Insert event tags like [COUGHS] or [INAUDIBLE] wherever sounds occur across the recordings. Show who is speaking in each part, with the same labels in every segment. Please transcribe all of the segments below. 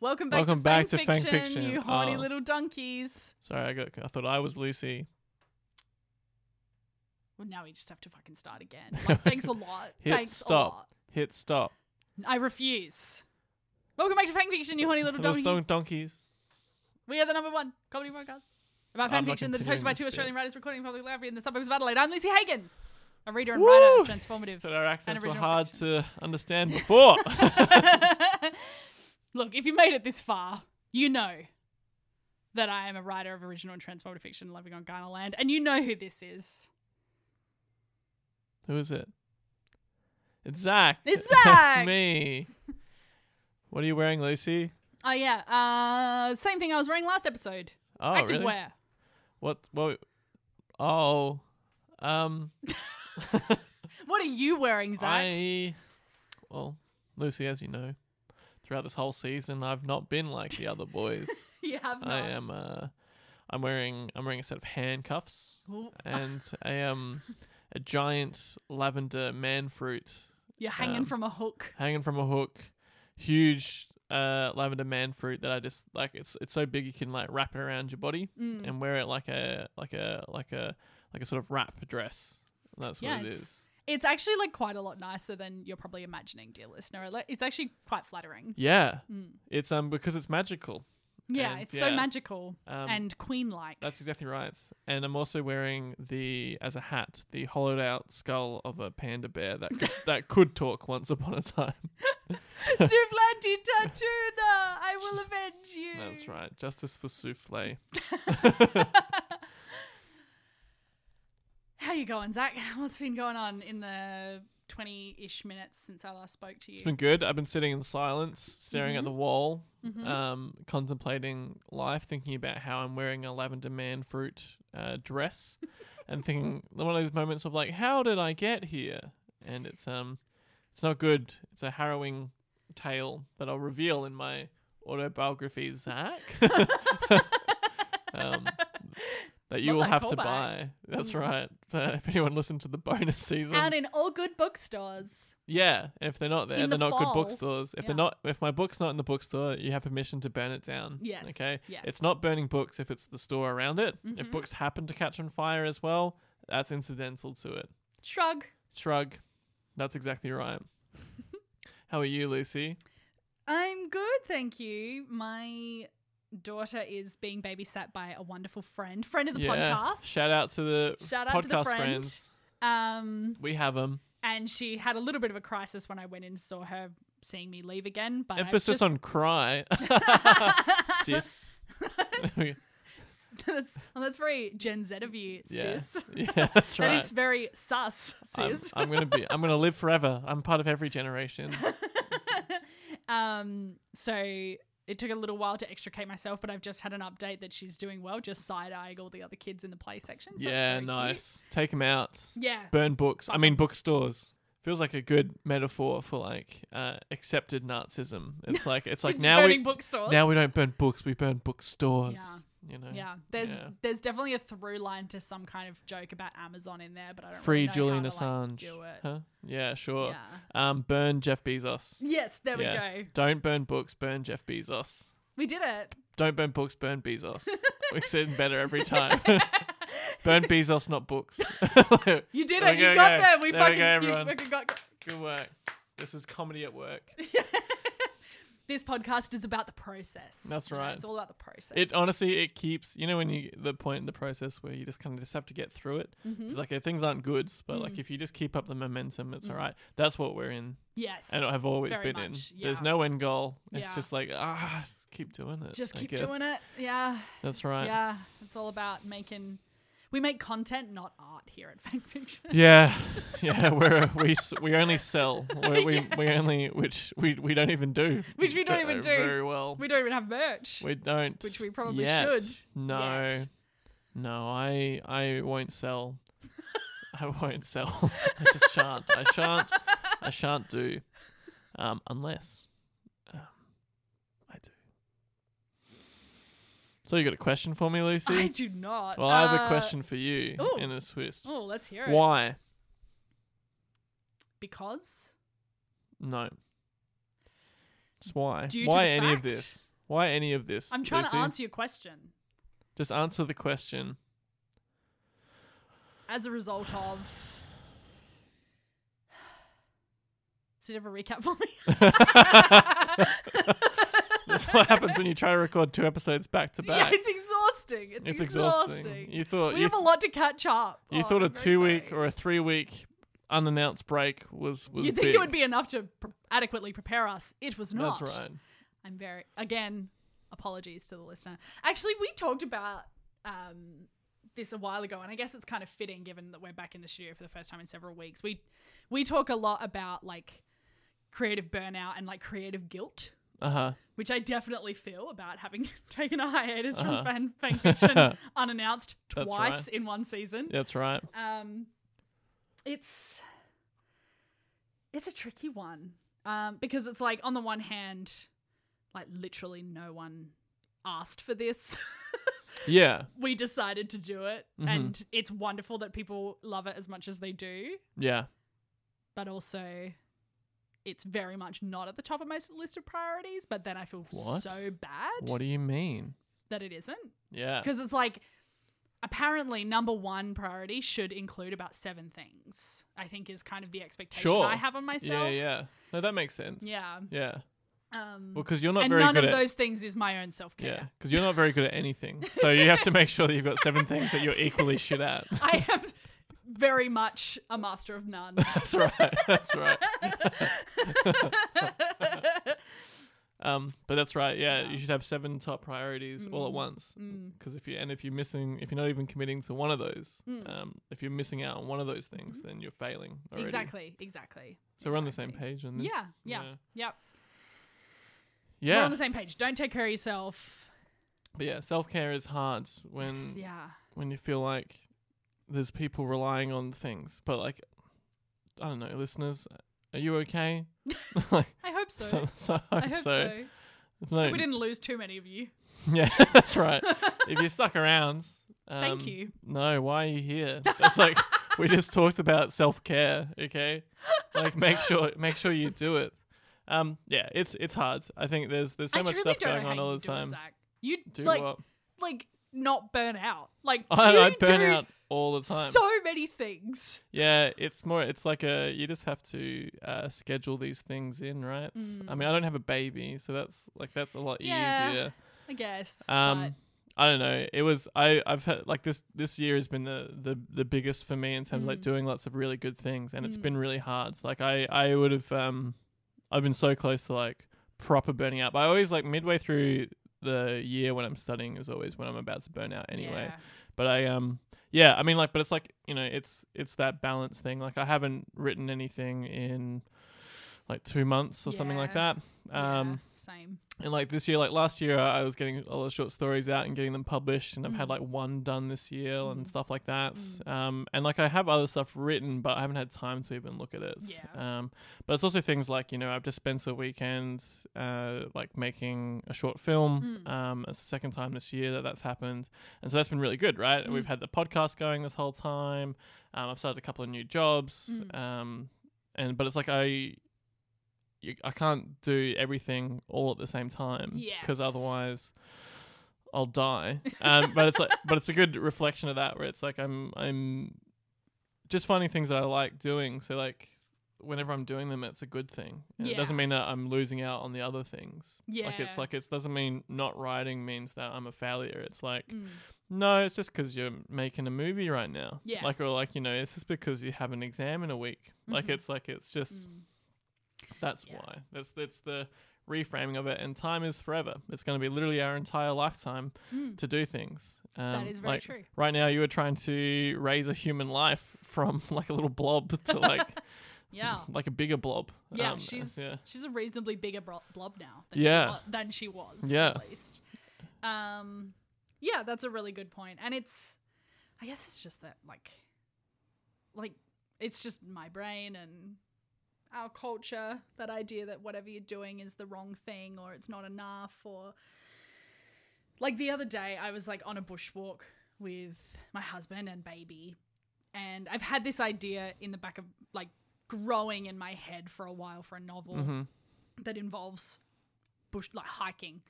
Speaker 1: Welcome back.
Speaker 2: Welcome
Speaker 1: to
Speaker 2: back
Speaker 1: Fang
Speaker 2: to Fang
Speaker 1: Fiction,
Speaker 2: Fiction.
Speaker 1: You horny
Speaker 2: Oh.
Speaker 1: little donkeys.
Speaker 2: Sorry, I got. I thought I was Lucy.
Speaker 1: Well, now we just have to fucking start
Speaker 2: [LAUGHS]
Speaker 1: again. Like, thanks a lot.
Speaker 2: Hit
Speaker 1: thanks
Speaker 2: stop.
Speaker 1: a lot.
Speaker 2: Hit stop.
Speaker 1: I refuse. Welcome back to Fan Fiction, you horny little
Speaker 2: Little
Speaker 1: donkeys.
Speaker 2: stone donkeys.
Speaker 1: We are the number one comedy podcast about
Speaker 2: I'm
Speaker 1: fan
Speaker 2: not
Speaker 1: fiction that is hosted by
Speaker 2: continuing this
Speaker 1: two
Speaker 2: bit.
Speaker 1: Australian writers recording in public library in the suburbs of Adelaide. I'm Lucy Hagen, a reader and
Speaker 2: Woo!
Speaker 1: writer of transformative [LAUGHS]
Speaker 2: That our accents were
Speaker 1: original
Speaker 2: hard
Speaker 1: fiction.
Speaker 2: to understand
Speaker 1: [LAUGHS]
Speaker 2: before. [LAUGHS]
Speaker 1: Look, if you made it this far, you know that I am a writer of original and transformative fiction living on Ghana land, and you know who this is.
Speaker 2: Who is it? [LAUGHS] It's Zach.
Speaker 1: It's
Speaker 2: That's
Speaker 1: Zach!
Speaker 2: me. What are you wearing, Lucy?
Speaker 1: Oh yeah, uh, same thing I was wearing last episode.
Speaker 2: Oh,
Speaker 1: Active
Speaker 2: really?
Speaker 1: wear.
Speaker 2: What? What? Oh, um,
Speaker 1: What are you wearing, Zach?
Speaker 2: I. Well, Lucy, as you know, throughout this whole season, I've not been like the other boys.
Speaker 1: [LAUGHS] [LAUGHS] you have not.
Speaker 2: I am. Uh, I'm wearing. I'm wearing a set of handcuffs
Speaker 1: Ooh,
Speaker 2: and a um, a giant lavender man fruit
Speaker 1: You're hanging
Speaker 2: um,
Speaker 1: from a hook.
Speaker 2: hanging from a hook, huge uh, lavender man fruit that I just like. It's it's so big you can like wrap it around your body
Speaker 1: Mm.
Speaker 2: and wear it like a like a like a like a sort of wrap dress. That's what
Speaker 1: Yeah,
Speaker 2: it
Speaker 1: it's-
Speaker 2: is.
Speaker 1: It's actually like quite a lot nicer than you're probably imagining, dear listener. Like, It's actually quite flattering.
Speaker 2: Yeah,
Speaker 1: Mm.
Speaker 2: it's um because it's magical.
Speaker 1: Yeah,
Speaker 2: And,
Speaker 1: it's so
Speaker 2: yeah.
Speaker 1: magical
Speaker 2: Um,
Speaker 1: and queen-like. [LAUGHS]
Speaker 2: that's exactly right. And I'm also wearing the as a hat the hollowed out skull of a panda bear that
Speaker 1: [LAUGHS]
Speaker 2: could, that could talk once upon a time.
Speaker 1: Souvlanti Tatuna, I
Speaker 2: [LAUGHS]
Speaker 1: will avenge you.
Speaker 2: That's right. Justice for souffle.
Speaker 1: How you going, Zach? What's been going on in the twenty-ish minutes since I last spoke to you?
Speaker 2: It's been good. I've been sitting in silence, staring at the wall, um, contemplating life, thinking about how I'm wearing a lavender man fruit uh, dress, and thinking one of those moments of like, how did I get here? And it's um, it's not good. It's a harrowing tale that I'll reveal in my autobiography, Zach. [LAUGHS] um, that you
Speaker 1: What
Speaker 2: will
Speaker 1: a
Speaker 2: have to
Speaker 1: callback.
Speaker 2: buy. That's right. [LAUGHS] So if anyone listened to the bonus season,
Speaker 1: Out in all good bookstores.
Speaker 2: yeah, if they're not there,
Speaker 1: In the
Speaker 2: they're not good
Speaker 1: fall.
Speaker 2: bookstores. If they're
Speaker 1: Yeah.
Speaker 2: not, if my book's not in the bookstore, you have permission to burn it down.
Speaker 1: Yes,
Speaker 2: Okay.
Speaker 1: yes. Mm-hmm.
Speaker 2: It's not burning books if it's the store around it. If books happen to catch on fire as well, that's incidental to it.
Speaker 1: Shrug.
Speaker 2: Shrug. That's
Speaker 1: [LAUGHS]
Speaker 2: exactly right. How are you, Lucy?
Speaker 1: I'm good, thank you. My daughter is being babysat by a wonderful friend, friend of the podcast.
Speaker 2: Shout out to the
Speaker 1: Shout
Speaker 2: podcast
Speaker 1: out to the friend.
Speaker 2: friends.
Speaker 1: um,
Speaker 2: We have them.
Speaker 1: and she had a little bit of a crisis when I went in and saw her seeing me leave again. But I've
Speaker 2: Emphasis
Speaker 1: just- [LAUGHS]
Speaker 2: on cry. Sis.
Speaker 1: that's well, that's very Gen Z of you,
Speaker 2: [LAUGHS] yeah.
Speaker 1: sis.
Speaker 2: Yeah, that's right.
Speaker 1: [LAUGHS] That is very sus,
Speaker 2: I'm,
Speaker 1: sis.
Speaker 2: I'm gonna be. I'm gonna live forever. I'm part of every
Speaker 1: [LAUGHS]
Speaker 2: generation.
Speaker 1: um, so it took a little while to extricate myself, but I've just had an update that she's doing well, just side eyeing all the other kids in the play section. So that's
Speaker 2: yeah,
Speaker 1: very cute.
Speaker 2: nice. Take 'em out.
Speaker 1: Yeah,
Speaker 2: Burn books. I mean, bookstores. Feels like a good metaphor for like uh, accepted Nazism.
Speaker 1: [LAUGHS]
Speaker 2: It's like it's like
Speaker 1: It's
Speaker 2: now
Speaker 1: burning
Speaker 2: we
Speaker 1: bookstores.
Speaker 2: now we don't burn books. We burn bookstores. You know.
Speaker 1: yeah, there's
Speaker 2: Yeah.
Speaker 1: there's definitely a through line to some kind of joke about Amazon in there, but I don't
Speaker 2: Free
Speaker 1: really know
Speaker 2: Julian
Speaker 1: how to, like,
Speaker 2: Assange.
Speaker 1: do it.
Speaker 2: Huh? Yeah, sure.
Speaker 1: Yeah.
Speaker 2: Um, burn Jeff Bezos.
Speaker 1: Yes, there
Speaker 2: yeah.
Speaker 1: we go.
Speaker 2: Don't burn books. Burn Jeff Bezos.
Speaker 1: We did it.
Speaker 2: Don't burn books.
Speaker 1: [LAUGHS]
Speaker 2: Burn Bezos. We're getting better every time. burn Bezos, not books. [LAUGHS]
Speaker 1: You did
Speaker 2: There
Speaker 1: it.
Speaker 2: we
Speaker 1: You
Speaker 2: go,
Speaker 1: got
Speaker 2: guys.
Speaker 1: there. We
Speaker 2: There we
Speaker 1: fucking,
Speaker 2: go,
Speaker 1: you
Speaker 2: everyone.
Speaker 1: fucking got.
Speaker 2: Good work. This is comedy at work.
Speaker 1: This podcast is about the process.
Speaker 2: That's
Speaker 1: You know,
Speaker 2: right.
Speaker 1: It's all about the process.
Speaker 2: It honestly it keeps you know when you the point in the process where you just kind of just have to get through it.
Speaker 1: Mm-hmm.
Speaker 2: It's like if things aren't good, but
Speaker 1: Mm.
Speaker 2: like if you just keep up the momentum, it's all right. That's what we're in,
Speaker 1: yes.
Speaker 2: and I've always
Speaker 1: Mm. Very
Speaker 2: been
Speaker 1: much,
Speaker 2: in. There's
Speaker 1: yeah.
Speaker 2: no end goal. It's
Speaker 1: Yeah.
Speaker 2: just like ah, just keep doing it.
Speaker 1: Just
Speaker 2: I
Speaker 1: keep
Speaker 2: guess.
Speaker 1: doing it. Yeah.
Speaker 2: That's right. Yeah.
Speaker 1: Yeah. It's all about making. We make content, not art, here at [LAUGHS] Fang Fiction. [LAUGHS]
Speaker 2: Yeah, we're uh, we s- we only sell. We're, we we only which we we don't even do.
Speaker 1: Which we don't
Speaker 2: ve-
Speaker 1: even
Speaker 2: uh,
Speaker 1: do.
Speaker 2: very well.
Speaker 1: We don't even have merch.
Speaker 2: We don't.
Speaker 1: Which we probably
Speaker 2: yet.
Speaker 1: should
Speaker 2: No.
Speaker 1: yet.
Speaker 2: No, I I
Speaker 1: [LAUGHS]
Speaker 2: won't sell. I won't sell. I just shan't. I shan't. I shan't do. Um, unless um, I do. So you got a question for me, Lucy?
Speaker 1: I do not.
Speaker 2: well, I have a
Speaker 1: Uh,
Speaker 2: question for you
Speaker 1: ooh.
Speaker 2: in a twist.
Speaker 1: Oh, let's hear it.
Speaker 2: Why?
Speaker 1: Because
Speaker 2: No. It's why.
Speaker 1: Due to
Speaker 2: why
Speaker 1: the
Speaker 2: any
Speaker 1: fact
Speaker 2: of this? Why any of this?
Speaker 1: I'm trying
Speaker 2: Lucy?
Speaker 1: to answer your question.
Speaker 2: Just answer the
Speaker 1: [LAUGHS]
Speaker 2: question. [LAUGHS]
Speaker 1: As a result of. [SIGHS] So you have a recap for [LAUGHS] me?
Speaker 2: That's what happens when you try to record two episodes back to
Speaker 1: [LAUGHS] yeah,
Speaker 2: back.
Speaker 1: it's exhausting. It's,
Speaker 2: It's
Speaker 1: exhausting.
Speaker 2: You thought
Speaker 1: we
Speaker 2: you,
Speaker 1: have a lot to catch up.
Speaker 2: you
Speaker 1: on,
Speaker 2: thought a
Speaker 1: I'm very
Speaker 2: two week
Speaker 1: sorry.
Speaker 2: or a three week unannounced break was was.
Speaker 1: You'd think
Speaker 2: big.
Speaker 1: it would be enough to pr- adequately prepare us. It was not.
Speaker 2: That's right.
Speaker 1: I'm very again, apologies to the listener. Actually, we talked about um, this a while ago, and I guess it's kind of fitting given that we're back in the studio for the first time in several weeks. We we talk a lot about like creative burnout and like creative guilt,
Speaker 2: Uh huh.
Speaker 1: which I definitely feel about having [LAUGHS] taken a hiatus
Speaker 2: Uh-huh.
Speaker 1: from fan, fan
Speaker 2: [LAUGHS]
Speaker 1: fiction unannounced
Speaker 2: That's
Speaker 1: twice
Speaker 2: right.
Speaker 1: in one season.
Speaker 2: That's right.
Speaker 1: Um, it's it's a tricky one um, because it's like on the one hand, like literally no one asked for this. [LAUGHS]
Speaker 2: Yeah.
Speaker 1: we decided to do it,
Speaker 2: Mhm.
Speaker 1: and it's wonderful that people love it as much as they do.
Speaker 2: Yeah.
Speaker 1: But also, it's very much not at the top of my s- list of priorities. But then I feel
Speaker 2: What?
Speaker 1: so bad
Speaker 2: What do you mean?
Speaker 1: that it isn't.
Speaker 2: Yeah.
Speaker 1: Because it's like, apparently, number one priority should include about seven things, I think is kind of the expectation
Speaker 2: Sure.
Speaker 1: I have on
Speaker 2: Yeah.
Speaker 1: myself.
Speaker 2: Yeah. No, that makes sense.
Speaker 1: Yeah.
Speaker 2: Yeah.
Speaker 1: Um,
Speaker 2: Well, because you're not
Speaker 1: and
Speaker 2: very
Speaker 1: none
Speaker 2: good
Speaker 1: of
Speaker 2: at
Speaker 1: those things is my own self
Speaker 2: yeah.
Speaker 1: care.
Speaker 2: Because you're not very good at
Speaker 1: [LAUGHS]
Speaker 2: anything, so you have to make sure that you've got seven things that you're equally shit at.
Speaker 1: [LAUGHS] I am very much a master of none.
Speaker 2: That's right. That's right. [LAUGHS] Um, but that's right. Yeah, you should have seven top priorities all at
Speaker 1: Mm.
Speaker 2: once. Because if you and if you're missing, if you're not even committing to one of those,
Speaker 1: Mm.
Speaker 2: um, if you're missing out on one of those things, then you're failing. [LAUGHS] Already.
Speaker 1: Mm-hmm. exactly, exactly.
Speaker 2: So we're on the same page on this.
Speaker 1: Yeah, yeah,
Speaker 2: Yeah.
Speaker 1: yep.
Speaker 2: Yeah.
Speaker 1: We're on the same page. Don't take care of yourself.
Speaker 2: but yeah, self care is hard when
Speaker 1: yeah.
Speaker 2: when you feel like there's people relying on things. But like, I don't know, listeners, are you
Speaker 1: [LAUGHS]
Speaker 2: okay? [LAUGHS] like,
Speaker 1: I hope so.
Speaker 2: [LAUGHS] so, so,
Speaker 1: I hope so.
Speaker 2: No,
Speaker 1: We didn't lose too many of you.
Speaker 2: [LAUGHS] Yeah, that's right. if you stuck around, um,
Speaker 1: Thank you.
Speaker 2: No, why are you here? That's like we just talked about self care. Okay, like make sure make sure you do it. Um, yeah, it's it's hard. I think there's there's so
Speaker 1: I
Speaker 2: much
Speaker 1: really
Speaker 2: stuff
Speaker 1: don't know
Speaker 2: going
Speaker 1: how
Speaker 2: on
Speaker 1: you
Speaker 2: all the
Speaker 1: do it,
Speaker 2: time.
Speaker 1: Zach. You
Speaker 2: Do
Speaker 1: like
Speaker 2: what? [LAUGHS]
Speaker 1: like not burn out. Like
Speaker 2: I,
Speaker 1: you
Speaker 2: I burn
Speaker 1: do
Speaker 2: out all the time.
Speaker 1: so many things.
Speaker 2: yeah, it's more. It's like a you just have to uh, schedule these things in, right? I mean, I don't have a baby, so that's like that's a lot
Speaker 1: Mm. Yeah.
Speaker 2: easier.
Speaker 1: I guess. but-
Speaker 2: Um, I don't know. It was I. I've had like this. This year has been the the, the biggest for me in terms of
Speaker 1: Mm.
Speaker 2: like doing lots of really good things, and it's been really hard. So, like I I would have um, I've been so close to like proper burning out. But I always like midway through the year when I'm studying is always when I'm about to burn out anyway.
Speaker 1: yeah.
Speaker 2: But I um yeah I mean like but it's like you know it's it's that balance thing. Like I haven't written anything in like two months or something like
Speaker 1: Yeah.
Speaker 2: that. Um.
Speaker 1: Yeah, same.
Speaker 2: And like this year, like last year, I I was getting all the short stories out and getting them published, and I've had like one done this year and stuff like that. Um, and like I have other stuff written, but I haven't had time to even look at it.
Speaker 1: Yeah.
Speaker 2: Um, but it's also things like you know I've just spent a weekend uh, like making a short film. Um, it's the second time this year that that's happened, and so that's been really good, right? And We've had the podcast going this whole time. Um, I've started a couple of new jobs. Um, and but it's like I you, I can't do everything all at the same time
Speaker 1: Yes.
Speaker 2: because otherwise I'll die. Um,
Speaker 1: [LAUGHS]
Speaker 2: but it's like, but it's a good reflection of that where it's like I'm I'm just finding things that I like doing. So like whenever I'm doing them, it's a good thing. And It doesn't
Speaker 1: Yeah.
Speaker 2: mean that I'm losing out on the other things. Like it's
Speaker 1: Yeah.
Speaker 2: like it doesn't mean not writing means that I'm a failure. It's like
Speaker 1: Mm.
Speaker 2: no, it's just because you're making a movie right now.
Speaker 1: Yeah.
Speaker 2: Like or like you know, it's just because you have an exam in a week. Like it's like it's just that's
Speaker 1: Mm-hmm. Mm. Yeah.
Speaker 2: why. That's that's the reframing of it. And time is forever. It's going to be literally our entire lifetime to do things. Um,
Speaker 1: Mm. is very
Speaker 2: like,
Speaker 1: true.
Speaker 2: Right now, you were trying to raise a human life from [LAUGHS] like a little blob to like
Speaker 1: [LAUGHS] Yeah.
Speaker 2: [LAUGHS] like a bigger blob.
Speaker 1: Oh. Yeah,
Speaker 2: Um,
Speaker 1: she's
Speaker 2: yeah.
Speaker 1: she's a reasonably bigger bro- blob now than
Speaker 2: Yeah.
Speaker 1: she was, than she was
Speaker 2: Yeah.
Speaker 1: at least. Um yeah, that's a really good point. And it's I guess it's just that like like it's just my brain and our culture that idea that whatever you're doing is the wrong thing or it's not enough or like the other day I was like on a bushwalk with my husband and baby and I've had this idea in the back of like growing in my
Speaker 2: Mm-hmm.
Speaker 1: head for a while for a novel that involves bush like hiking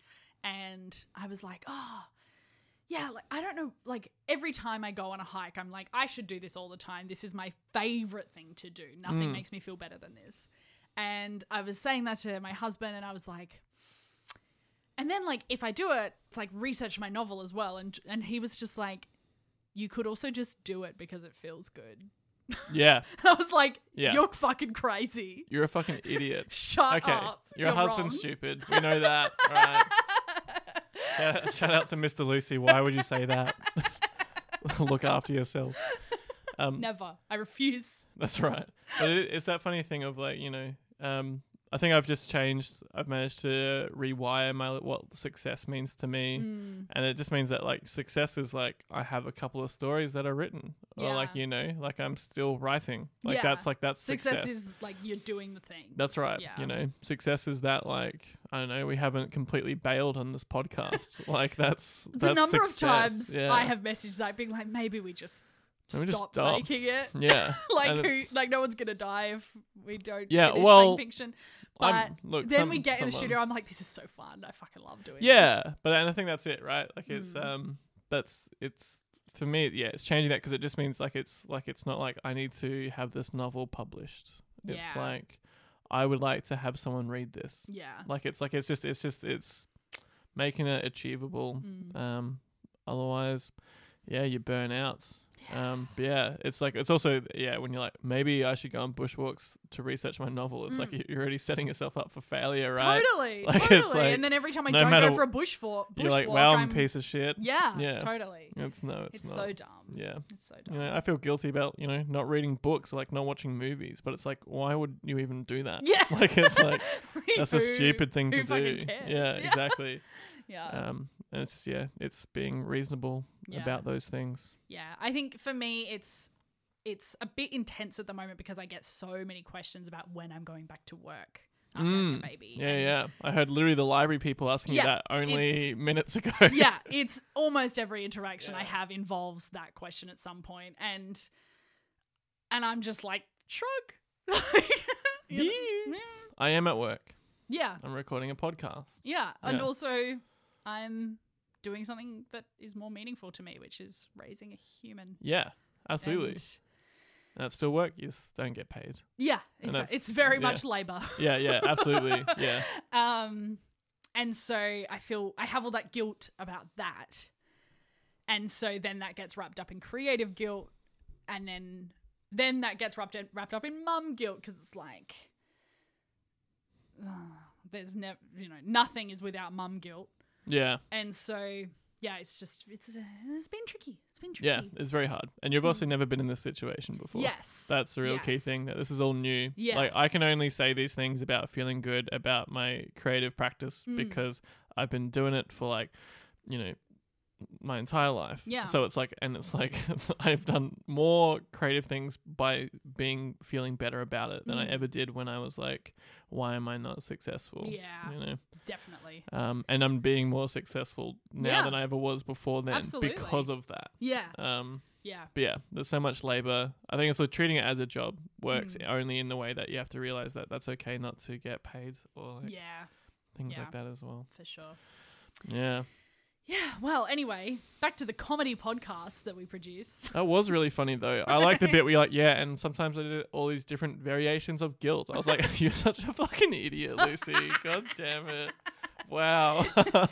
Speaker 1: and I was like, oh, yeah, like I don't know, like every time I go on a hike, I'm like, I should do this all the time. This is my favorite thing to do. Nothing
Speaker 2: Mm.
Speaker 1: makes me feel better than this. And I was saying that to my husband, and I was like, and then like if I do it, it's like research my novel as well. And and he was just like, you could also just do it because it feels good. [LAUGHS]
Speaker 2: Yeah.
Speaker 1: I was like,
Speaker 2: Yeah.
Speaker 1: you're fucking crazy.
Speaker 2: You're a fucking idiot.
Speaker 1: Shut
Speaker 2: Okay.
Speaker 1: up.
Speaker 2: Your husband's stupid. We know
Speaker 1: [LAUGHS]
Speaker 2: that. All right. Shout, shout out to Mr. Lucy. Why would you say that? [LAUGHS] Look after yourself. Um,
Speaker 1: Never. I refuse.
Speaker 2: That's right. But it, it's that funny thing of like, you know, um, I think I've just changed. I've managed to rewire my what success means to me.
Speaker 1: Mm.
Speaker 2: And it just means that like success is like I have a couple of stories that are written or
Speaker 1: Yeah.
Speaker 2: like you know like I'm still writing like
Speaker 1: Yeah.
Speaker 2: that's like that's
Speaker 1: Success.
Speaker 2: success.
Speaker 1: is like you're doing the thing.
Speaker 2: that's right.
Speaker 1: Yeah.
Speaker 2: You know, success is that like I don't know. We haven't completely bailed on
Speaker 1: [LAUGHS]
Speaker 2: this podcast. like that's
Speaker 1: the
Speaker 2: that's
Speaker 1: number of
Speaker 2: success.
Speaker 1: times
Speaker 2: yeah.
Speaker 1: I have messaged that being like, maybe we just
Speaker 2: Maybe just
Speaker 1: stop
Speaker 2: stop.
Speaker 1: making
Speaker 2: [LAUGHS]
Speaker 1: it.
Speaker 2: [LAUGHS]
Speaker 1: [LAUGHS]
Speaker 2: yeah
Speaker 1: like
Speaker 2: And
Speaker 1: who
Speaker 2: it's-
Speaker 1: like no one's gonna die if we don't
Speaker 2: Yeah,
Speaker 1: finish
Speaker 2: well,
Speaker 1: making fiction. But
Speaker 2: I'm- look,
Speaker 1: then
Speaker 2: some-
Speaker 1: we get in the
Speaker 2: someone-
Speaker 1: studio, I'm like, this is so fun. I fucking love doing
Speaker 2: Yeah,
Speaker 1: this.
Speaker 2: but and I think that's it, right? Like it's
Speaker 1: Mm.
Speaker 2: um that's it's for me, yeah, it's changing that because it just means like it's like it's not like I need to have this novel published. It's
Speaker 1: Yeah.
Speaker 2: like I would like to have someone read this.
Speaker 1: Yeah.
Speaker 2: Like it's like it's just it's just it's making it achievable.
Speaker 1: Mm.
Speaker 2: Um otherwise yeah, you burn out. Um but yeah, it's like it's also yeah, when you're like maybe I should go on bushwalks to research my novel. It's like
Speaker 1: Mm.
Speaker 2: you- you're already setting yourself up for failure, right?
Speaker 1: Totally.
Speaker 2: [LAUGHS] Like, it's
Speaker 1: totally.
Speaker 2: like,
Speaker 1: and then every time I
Speaker 2: no
Speaker 1: don't
Speaker 2: matter
Speaker 1: go for a bush for bush
Speaker 2: You're like,
Speaker 1: walk,
Speaker 2: wow, I'm
Speaker 1: I'm
Speaker 2: a piece of shit.
Speaker 1: Yeah,
Speaker 2: Yeah.
Speaker 1: totally.
Speaker 2: It's no, it's,
Speaker 1: It's,
Speaker 2: not.
Speaker 1: so dumb.
Speaker 2: yeah.
Speaker 1: It's so
Speaker 2: You
Speaker 1: dumb. [LAUGHS]
Speaker 2: know, I feel guilty about, you know, not reading books or like not watching movies, but it's like, why would you even do that?
Speaker 1: Yeah.
Speaker 2: [LAUGHS] Like,
Speaker 1: [LAUGHS]
Speaker 2: it's like, that's a
Speaker 1: Who-
Speaker 2: stupid thing to
Speaker 1: who fucking
Speaker 2: do.
Speaker 1: cares?
Speaker 2: Yeah,
Speaker 1: Yeah.
Speaker 2: exactly.
Speaker 1: Yeah.
Speaker 2: Um, and it's, just, yeah, it's being reasonable
Speaker 1: Yeah.
Speaker 2: about those things.
Speaker 1: Yeah, I think for me it's it's a bit intense at the moment because I get so many questions about when I'm going back to work after having
Speaker 2: Mm.
Speaker 1: a baby.
Speaker 2: Yeah,
Speaker 1: and-
Speaker 2: yeah. I heard literally the library people asking you
Speaker 1: Yeah,
Speaker 2: that only minutes ago.
Speaker 1: yeah, it's almost every interaction I
Speaker 2: Yeah.
Speaker 1: have involves that question at some point and and I'm just like shrug. [LAUGHS] You know?
Speaker 2: Yeah. [LAUGHS] I am at work.
Speaker 1: yeah.
Speaker 2: I'm recording a podcast.
Speaker 1: Yeah, and
Speaker 2: Yeah.
Speaker 1: also I'm doing something that is more meaningful to me, which is raising a human.
Speaker 2: Yeah, absolutely. And
Speaker 1: And-
Speaker 2: that's still work. You just don't get paid.
Speaker 1: yeah,
Speaker 2: And
Speaker 1: exact-
Speaker 2: that's-
Speaker 1: it's very
Speaker 2: yeah.
Speaker 1: much labor. [LAUGHS]
Speaker 2: Yeah, yeah, absolutely. yeah.
Speaker 1: um and so i feel i have all that guilt about that and so then that gets wrapped up in creative guilt and then then that gets wrapped in, wrapped up in mum guilt because it's like ugh, there's never you know nothing is without mum guilt
Speaker 2: Yeah.
Speaker 1: and so yeah it's just it's uh, it's been tricky it's been
Speaker 2: Yeah,
Speaker 1: tricky
Speaker 2: it's very hard. And you've also never been in this situation before.
Speaker 1: yes
Speaker 2: That's the real key
Speaker 1: Yes.
Speaker 2: thing. That this is all new.
Speaker 1: Yeah.
Speaker 2: Like I can only say these things about feeling good about my creative practice
Speaker 1: Mm.
Speaker 2: because I've been doing it for like, you know, my entire life.
Speaker 1: Yeah.
Speaker 2: So it's like and it's like [LAUGHS] I've done more creative things by being feeling better about it than I
Speaker 1: Mm.
Speaker 2: ever did when I was like, why am I not successful?
Speaker 1: Yeah.
Speaker 2: You know.
Speaker 1: definitely
Speaker 2: Um and I'm being more successful now
Speaker 1: Yeah.
Speaker 2: than I ever was before then
Speaker 1: Absolutely.
Speaker 2: because of that.
Speaker 1: yeah
Speaker 2: Um
Speaker 1: yeah
Speaker 2: but yeah, there's so much labor. I think it's like treating it as a job works
Speaker 1: Mm.
Speaker 2: only in the way that you have to realize that that's okay not to get paid or like
Speaker 1: yeah
Speaker 2: things
Speaker 1: Yeah.
Speaker 2: like that as well.
Speaker 1: for sure
Speaker 2: Yeah,
Speaker 1: Yeah, well, anyway, back to the comedy podcast that we produce.
Speaker 2: that was really funny though. I like the bit where you're like, yeah, and sometimes I do all these different variations of guilt. I was like, [LAUGHS] you're such a fucking idiot, Lucy. God damn it. Wow. [LAUGHS]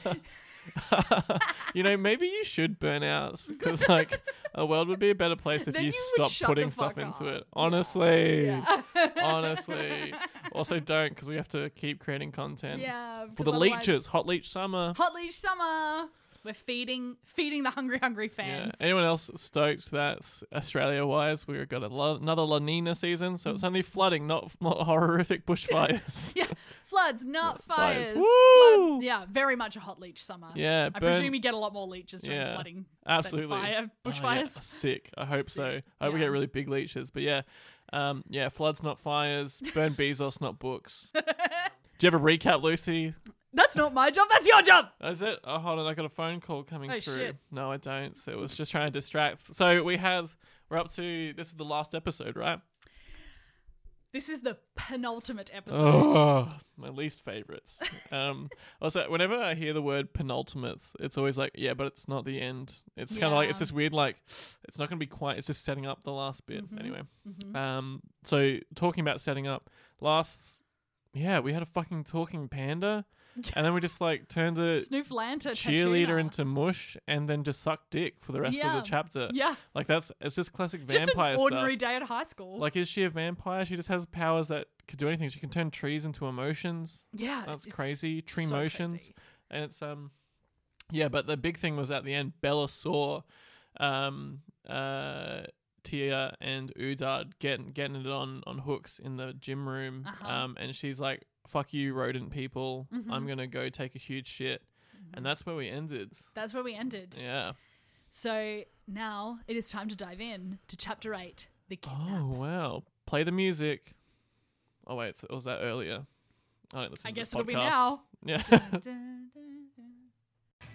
Speaker 2: you know, maybe you should burn out because like the world would be a better place if
Speaker 1: Then
Speaker 2: you,
Speaker 1: you would shut
Speaker 2: stopped putting
Speaker 1: the
Speaker 2: stuff
Speaker 1: fuck
Speaker 2: into
Speaker 1: up.
Speaker 2: it. Honestly.
Speaker 1: Yeah. [LAUGHS]
Speaker 2: Honestly. Also, don't because we have to keep creating content.
Speaker 1: yeah. 'cause
Speaker 2: For the leeches,
Speaker 1: otherwise-
Speaker 2: hot leech summer.
Speaker 1: hot leech summer. We're feeding feeding the hungry hungry
Speaker 2: Yeah.
Speaker 1: fans.
Speaker 2: Anyone else stoked that Australia wise we've got a lo- another La Nina season, so
Speaker 1: Mm.
Speaker 2: it's only flooding, not, not
Speaker 1: [LAUGHS]
Speaker 2: horrific bushfires.
Speaker 1: Yeah, floods, not
Speaker 2: Fires.
Speaker 1: fires.
Speaker 2: Woo!
Speaker 1: Flood- yeah, very much a hot leech summer.
Speaker 2: yeah,
Speaker 1: I
Speaker 2: burn-
Speaker 1: presume you get a lot more leeches during
Speaker 2: Yeah,
Speaker 1: flooding
Speaker 2: absolutely.
Speaker 1: than fire
Speaker 2: Oh, yeah.
Speaker 1: bushfires.
Speaker 2: Sick. I hope so.
Speaker 1: Sick.
Speaker 2: I hope we
Speaker 1: Yeah.
Speaker 2: get really big leeches. But yeah, um, yeah, floods, not fires.
Speaker 1: [LAUGHS]
Speaker 2: Burn Bezos, not books. Do you have a recap, Lucy?
Speaker 1: That's not my job. That's your job.
Speaker 2: Is it? Oh, hold on. I got a phone call coming
Speaker 1: Oh,
Speaker 2: through.
Speaker 1: shit.
Speaker 2: No, I don't. So it was just trying to distract. So we have, we're up to, this is the last episode, right?
Speaker 1: This is the penultimate [LAUGHS] episode.
Speaker 2: Oh, my least favorites. Um, also, whenever I hear the word penultimates, it's always like, yeah, but it's not the end. It's kind of like
Speaker 1: Yeah.
Speaker 2: it's this weird like, it's not going to be quite. It's just setting up the last bit
Speaker 1: Mhm.
Speaker 2: anyway.
Speaker 1: Mhm.
Speaker 2: Um, so talking about setting up last, yeah, we had a fucking
Speaker 1: [LAUGHS]
Speaker 2: talking panda, and then we just like turned a
Speaker 1: Snooflanta
Speaker 2: cheerleader
Speaker 1: Tatuna.
Speaker 2: into mush, and then just sucked dick for the rest
Speaker 1: Yeah.
Speaker 2: of the chapter.
Speaker 1: yeah,
Speaker 2: Like that's it's just classic
Speaker 1: just
Speaker 2: vampire
Speaker 1: an ordinary
Speaker 2: stuff.
Speaker 1: day at high school.
Speaker 2: Like, is she a vampire? She just has powers that could do anything. She can turn trees into emotions.
Speaker 1: yeah,
Speaker 2: That's
Speaker 1: it's
Speaker 2: crazy. Tree
Speaker 1: so
Speaker 2: motions.
Speaker 1: crazy.
Speaker 2: And it's um yeah, but the big thing was at the end Bella saw um uh Tia and Udad getting getting it on on hooks in the gym room.
Speaker 1: Uh-huh. Mm-hmm.
Speaker 2: Um and she's like, Fuck you, rodent people. I'm gonna go take a huge shit. And that's where we ended.
Speaker 1: That's where we ended.
Speaker 2: Yeah.
Speaker 1: So now it is time to dive in to chapter eight, the kidnap.
Speaker 2: Oh wow. Play the music. Oh wait, so- was that earlier? I don't listen
Speaker 1: I
Speaker 2: to
Speaker 1: guess
Speaker 2: this
Speaker 1: it'll be
Speaker 2: podcast.
Speaker 1: now.
Speaker 2: [LAUGHS] Yeah.
Speaker 1: Dun, dun, dun, dun.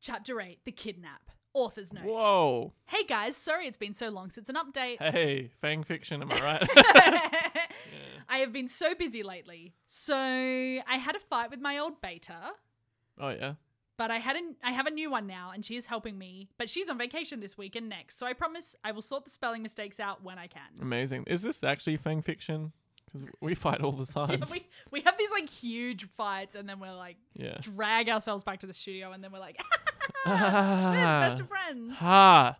Speaker 1: Chapter 8 The Kidnap. Author's Note.
Speaker 2: [LAUGHS] Whoa.
Speaker 1: Hey guys, sorry it's been so long since an update.
Speaker 2: Hey, Fang Fiction, am I right?
Speaker 1: [LAUGHS] I have been so busy lately. So I had a fight with my old beta,
Speaker 2: oh yeah.
Speaker 1: but I had an, I have a new one now, and she is helping me. But she's on vacation this week and next, so I promise I will sort the spelling mistakes out when I can.
Speaker 2: Amazing. Is this actually fan fiction? Because we fight all the time.
Speaker 1: [LAUGHS] we we have these like huge fights, and then we're like
Speaker 2: Yeah. [LAUGHS]
Speaker 1: drag ourselves back to the studio, and then we're like [LAUGHS] we're
Speaker 2: Ah.
Speaker 1: best of friends.
Speaker 2: Ha.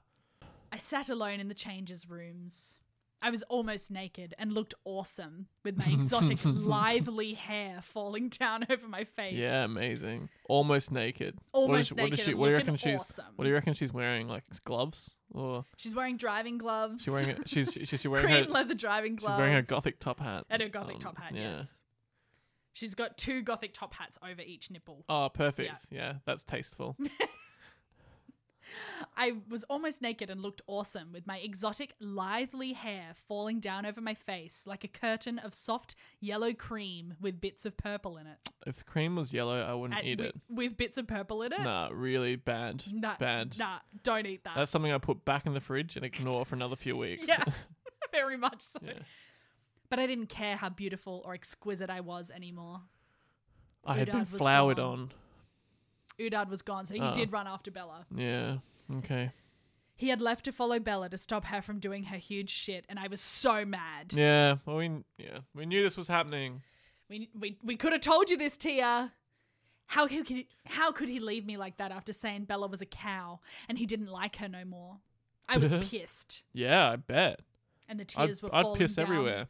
Speaker 1: I sat alone in the changes rooms. I was almost naked and looked awesome with
Speaker 2: [LAUGHS]
Speaker 1: my exotic, lively hair falling [LAUGHS] down over my face.
Speaker 2: Yeah, amazing. Almost naked. what is,
Speaker 1: Almost
Speaker 2: she- What, is
Speaker 1: naked
Speaker 2: she,
Speaker 1: and
Speaker 2: what do you
Speaker 1: looking
Speaker 2: reckon she's?
Speaker 1: awesome.
Speaker 2: What do you reckon she's wearing? Like gloves, or
Speaker 1: She's wearing driving gloves. [LAUGHS]
Speaker 2: she wearing? a- she's she's she wearing
Speaker 1: cream
Speaker 2: her.
Speaker 1: leather driving gloves.
Speaker 2: She's wearing her gothic top hat.
Speaker 1: and her gothic
Speaker 2: Um,
Speaker 1: top hat.
Speaker 2: yeah.
Speaker 1: Yes, she's got two gothic top hats over each nipple.
Speaker 2: Oh, perfect. Yeah,
Speaker 1: [LAUGHS]
Speaker 2: that's tasteful.
Speaker 1: I was almost naked and looked awesome with my exotic, lively hair falling down over my face like a curtain of soft yellow cream with bits of purple in it.
Speaker 2: if the cream was yellow, I wouldn't
Speaker 1: And
Speaker 2: eat
Speaker 1: with,
Speaker 2: it.
Speaker 1: with bits of purple in it.
Speaker 2: Nah, really bad.
Speaker 1: Nah,
Speaker 2: bad.
Speaker 1: Nah, don't eat that.
Speaker 2: That's something I put back in the fridge and ignore for another few
Speaker 1: [LAUGHS]
Speaker 2: weeks. [LAUGHS]
Speaker 1: yeah, very much so.
Speaker 2: Yeah.
Speaker 1: But I didn't care how beautiful or exquisite I was anymore.
Speaker 2: I had been
Speaker 1: Udad was
Speaker 2: floured
Speaker 1: gone. Udad was gone, so he
Speaker 2: Oh.
Speaker 1: did run after Bella.
Speaker 2: on. Yeah. Okay.
Speaker 1: He had left to follow Bella to stop her from doing her huge shit, and I was so mad.
Speaker 2: Yeah, well, we yeah we knew this was happening.
Speaker 1: We, we, we could have told you this, Tia. How he could how could he leave me like that after saying Bella was a cow and he didn't like her no more? I
Speaker 2: [LAUGHS]
Speaker 1: was pissed,
Speaker 2: Yeah, I bet.
Speaker 1: and the
Speaker 2: I'd,
Speaker 1: tears were
Speaker 2: I'd
Speaker 1: falling
Speaker 2: piss
Speaker 1: down. [LAUGHS]
Speaker 2: everywhere.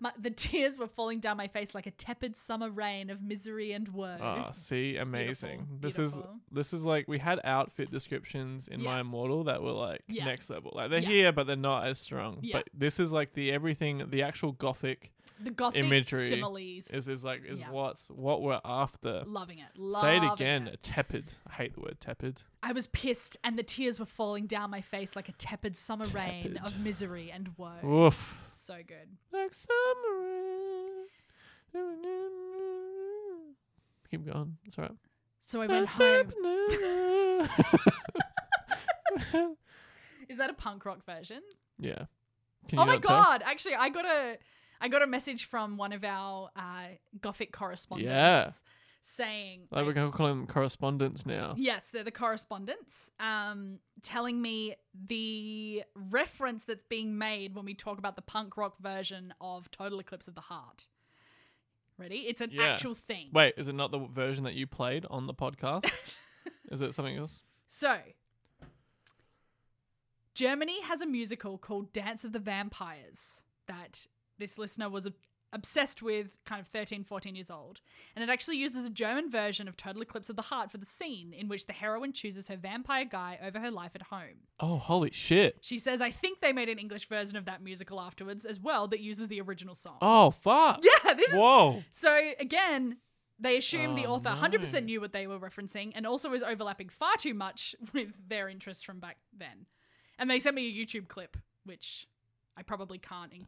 Speaker 1: My, the tears were falling down my face like a tepid summer rain of misery and woe.
Speaker 2: Ah, see, amazing.
Speaker 1: Beautiful,
Speaker 2: This
Speaker 1: beautiful.
Speaker 2: is this is like we had outfit descriptions in
Speaker 1: Yeah.
Speaker 2: my immortal that were like
Speaker 1: Yeah.
Speaker 2: next level. Like they're
Speaker 1: Yeah.
Speaker 2: here, but they're not as strong.
Speaker 1: Yeah.
Speaker 2: But this is like the everything, the actual gothic
Speaker 1: the gothic
Speaker 2: Imagery
Speaker 1: similes.
Speaker 2: is is like is
Speaker 1: Yeah.
Speaker 2: what's what we're after.
Speaker 1: loving it. Loving
Speaker 2: Say it again.
Speaker 1: it.
Speaker 2: Tepid. I hate the word tepid.
Speaker 1: I was pissed, and the tears were falling down my face like a tepid summer rain
Speaker 2: Tepid.
Speaker 1: of misery and woe.
Speaker 2: Woof.
Speaker 1: So good.
Speaker 2: Like summer. rain. Keep going. It's alright.
Speaker 1: So I went home. [LAUGHS] Is that a punk rock version?
Speaker 2: yeah. Can
Speaker 1: oh
Speaker 2: you
Speaker 1: my
Speaker 2: not tell?
Speaker 1: god! Actually, I got a I got a message from one of our uh, gothic correspondents
Speaker 2: Yeah.
Speaker 1: saying
Speaker 2: Like we're gonna call them correspondence now.
Speaker 1: Yes, they're the correspondents um, telling me the reference that's being made when we talk about the punk rock version of Total Eclipse of the Heart. Ready? It's an
Speaker 2: Yeah.
Speaker 1: actual thing.
Speaker 2: Wait, is it not the version that you played on
Speaker 1: [LAUGHS]
Speaker 2: the podcast? is it something else?
Speaker 1: So, Germany has a musical called Dance of the Vampires that this listener was ob- obsessed with kind of 13, 14 years old. And it actually uses a German version of Total Eclipse of the Heart for the scene in which the heroine chooses her vampire guy over her life at home.
Speaker 2: Oh, holy shit!
Speaker 1: She says, I think they made an English version of that musical afterwards as well that uses the original song.
Speaker 2: Oh fuck!
Speaker 1: Yeah, this is.
Speaker 2: Whoa! [LAUGHS]
Speaker 1: So again, they assume the
Speaker 2: Oh,
Speaker 1: author
Speaker 2: no.
Speaker 1: 100% knew what they were referencing and also is overlapping far too much [LAUGHS] with their interests from back then. And they sent me a YouTube clip, which I probably can't. In-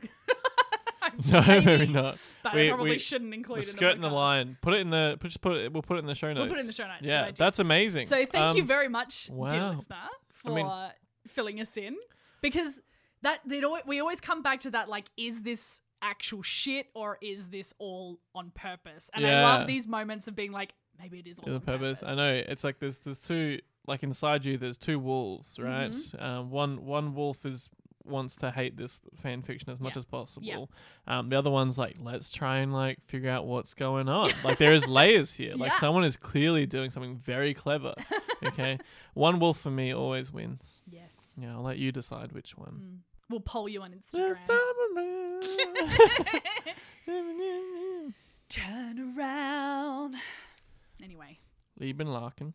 Speaker 2: No,
Speaker 1: Maybe,
Speaker 2: maybe not.
Speaker 1: [LAUGHS] But
Speaker 2: We-
Speaker 1: I probably
Speaker 2: we-
Speaker 1: shouldn't include
Speaker 2: We're
Speaker 1: it. in
Speaker 2: skirting the
Speaker 1: podcast.
Speaker 2: line. Put it in the. put- Just put it. We'll put it in the show notes.
Speaker 1: We'll put it in the show notes. Good
Speaker 2: Yeah,
Speaker 1: idea.
Speaker 2: that's amazing.
Speaker 1: So thank you
Speaker 2: Um,
Speaker 1: very much, dear
Speaker 2: wow.
Speaker 1: listener, for
Speaker 2: mean-
Speaker 1: filling us in because that they'd always, we always come back to that like, is this actual shit or is this all on purpose? And I
Speaker 2: Yeah.
Speaker 1: love these moments of being like, maybe it is all
Speaker 2: the
Speaker 1: on
Speaker 2: purpose.
Speaker 1: purpose.
Speaker 2: I know it's like there's there's two like inside you. There's two wolves,
Speaker 1: Mm-hmm.
Speaker 2: right? Um, one one wolf is wants to hate this fan fiction as much
Speaker 1: Yeah.
Speaker 2: as possible. Um, the other one's like, let's try and like figure out what's
Speaker 1: [LAUGHS]
Speaker 2: going on. like there is layers here. Like
Speaker 1: Yeah.
Speaker 2: someone is clearly doing something very
Speaker 1: [LAUGHS]
Speaker 2: clever. Okay, one wolf for me always wins.
Speaker 1: Yes,
Speaker 2: Yeah, I'll let you decide which one.
Speaker 1: we'll poll you on Instagram.
Speaker 2: This time [LAUGHS] around.
Speaker 1: Turn around. Anyway.
Speaker 2: Lieben Larkin.